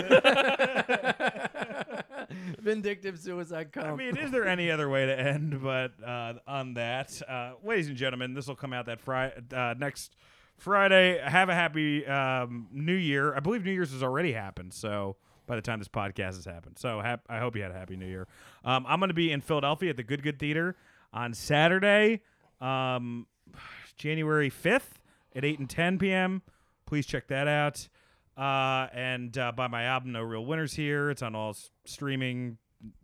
S8: Vindictive suicide
S6: I
S8: cum.
S6: mean, is there any other way to end? But uh, on that, uh, ladies and gentlemen, this will come out that Friday uh, next Friday. Have a happy um, New Year. I believe New Year's has already happened. So by the time this podcast has happened, so hap- I hope you had a happy New Year. Um, I'm going to be in Philadelphia at the Good Good Theater on Saturday, um, January 5th at 8 and 10 p.m. Please check that out. Uh, and uh, buy my album, No Real Winners Here. It's on all s- streaming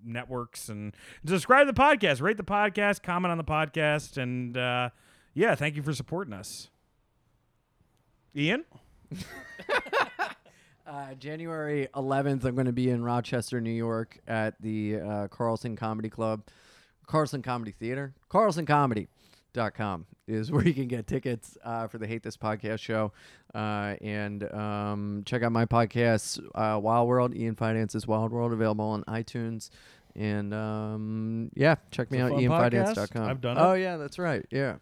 S6: networks. And subscribe to the podcast, rate the podcast, comment on the podcast. And uh, yeah, thank you for supporting us. Ian?
S8: Uh, January 11th, I'm going to be in Rochester, New York at the uh, Carlson Comedy Club, Carlson Comedy Theater, carlsoncomedy.com is where you can get tickets uh, for the Hate This Podcast show. Uh, and um, check out my podcast, uh, Wild World, Ian Finance's Wild World, available on iTunes. And um, yeah, check me out,
S6: fun podcast.
S8: ianfinance.com.
S6: I've done it.
S8: Oh, yeah, that's right. Yeah.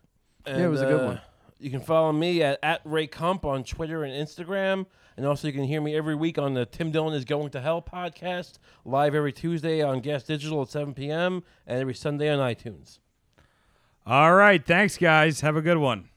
S7: And,
S8: it was a good
S7: uh,
S8: one.
S7: You can follow me at, at Ray Kump on Twitter and Instagram. And also, you can hear me every week on the Tim Dillon is Going to Hell podcast, live every Tuesday on Gas Digital at 7 p.m. and every Sunday on iTunes.
S6: All right. Thanks, guys. Have a good one.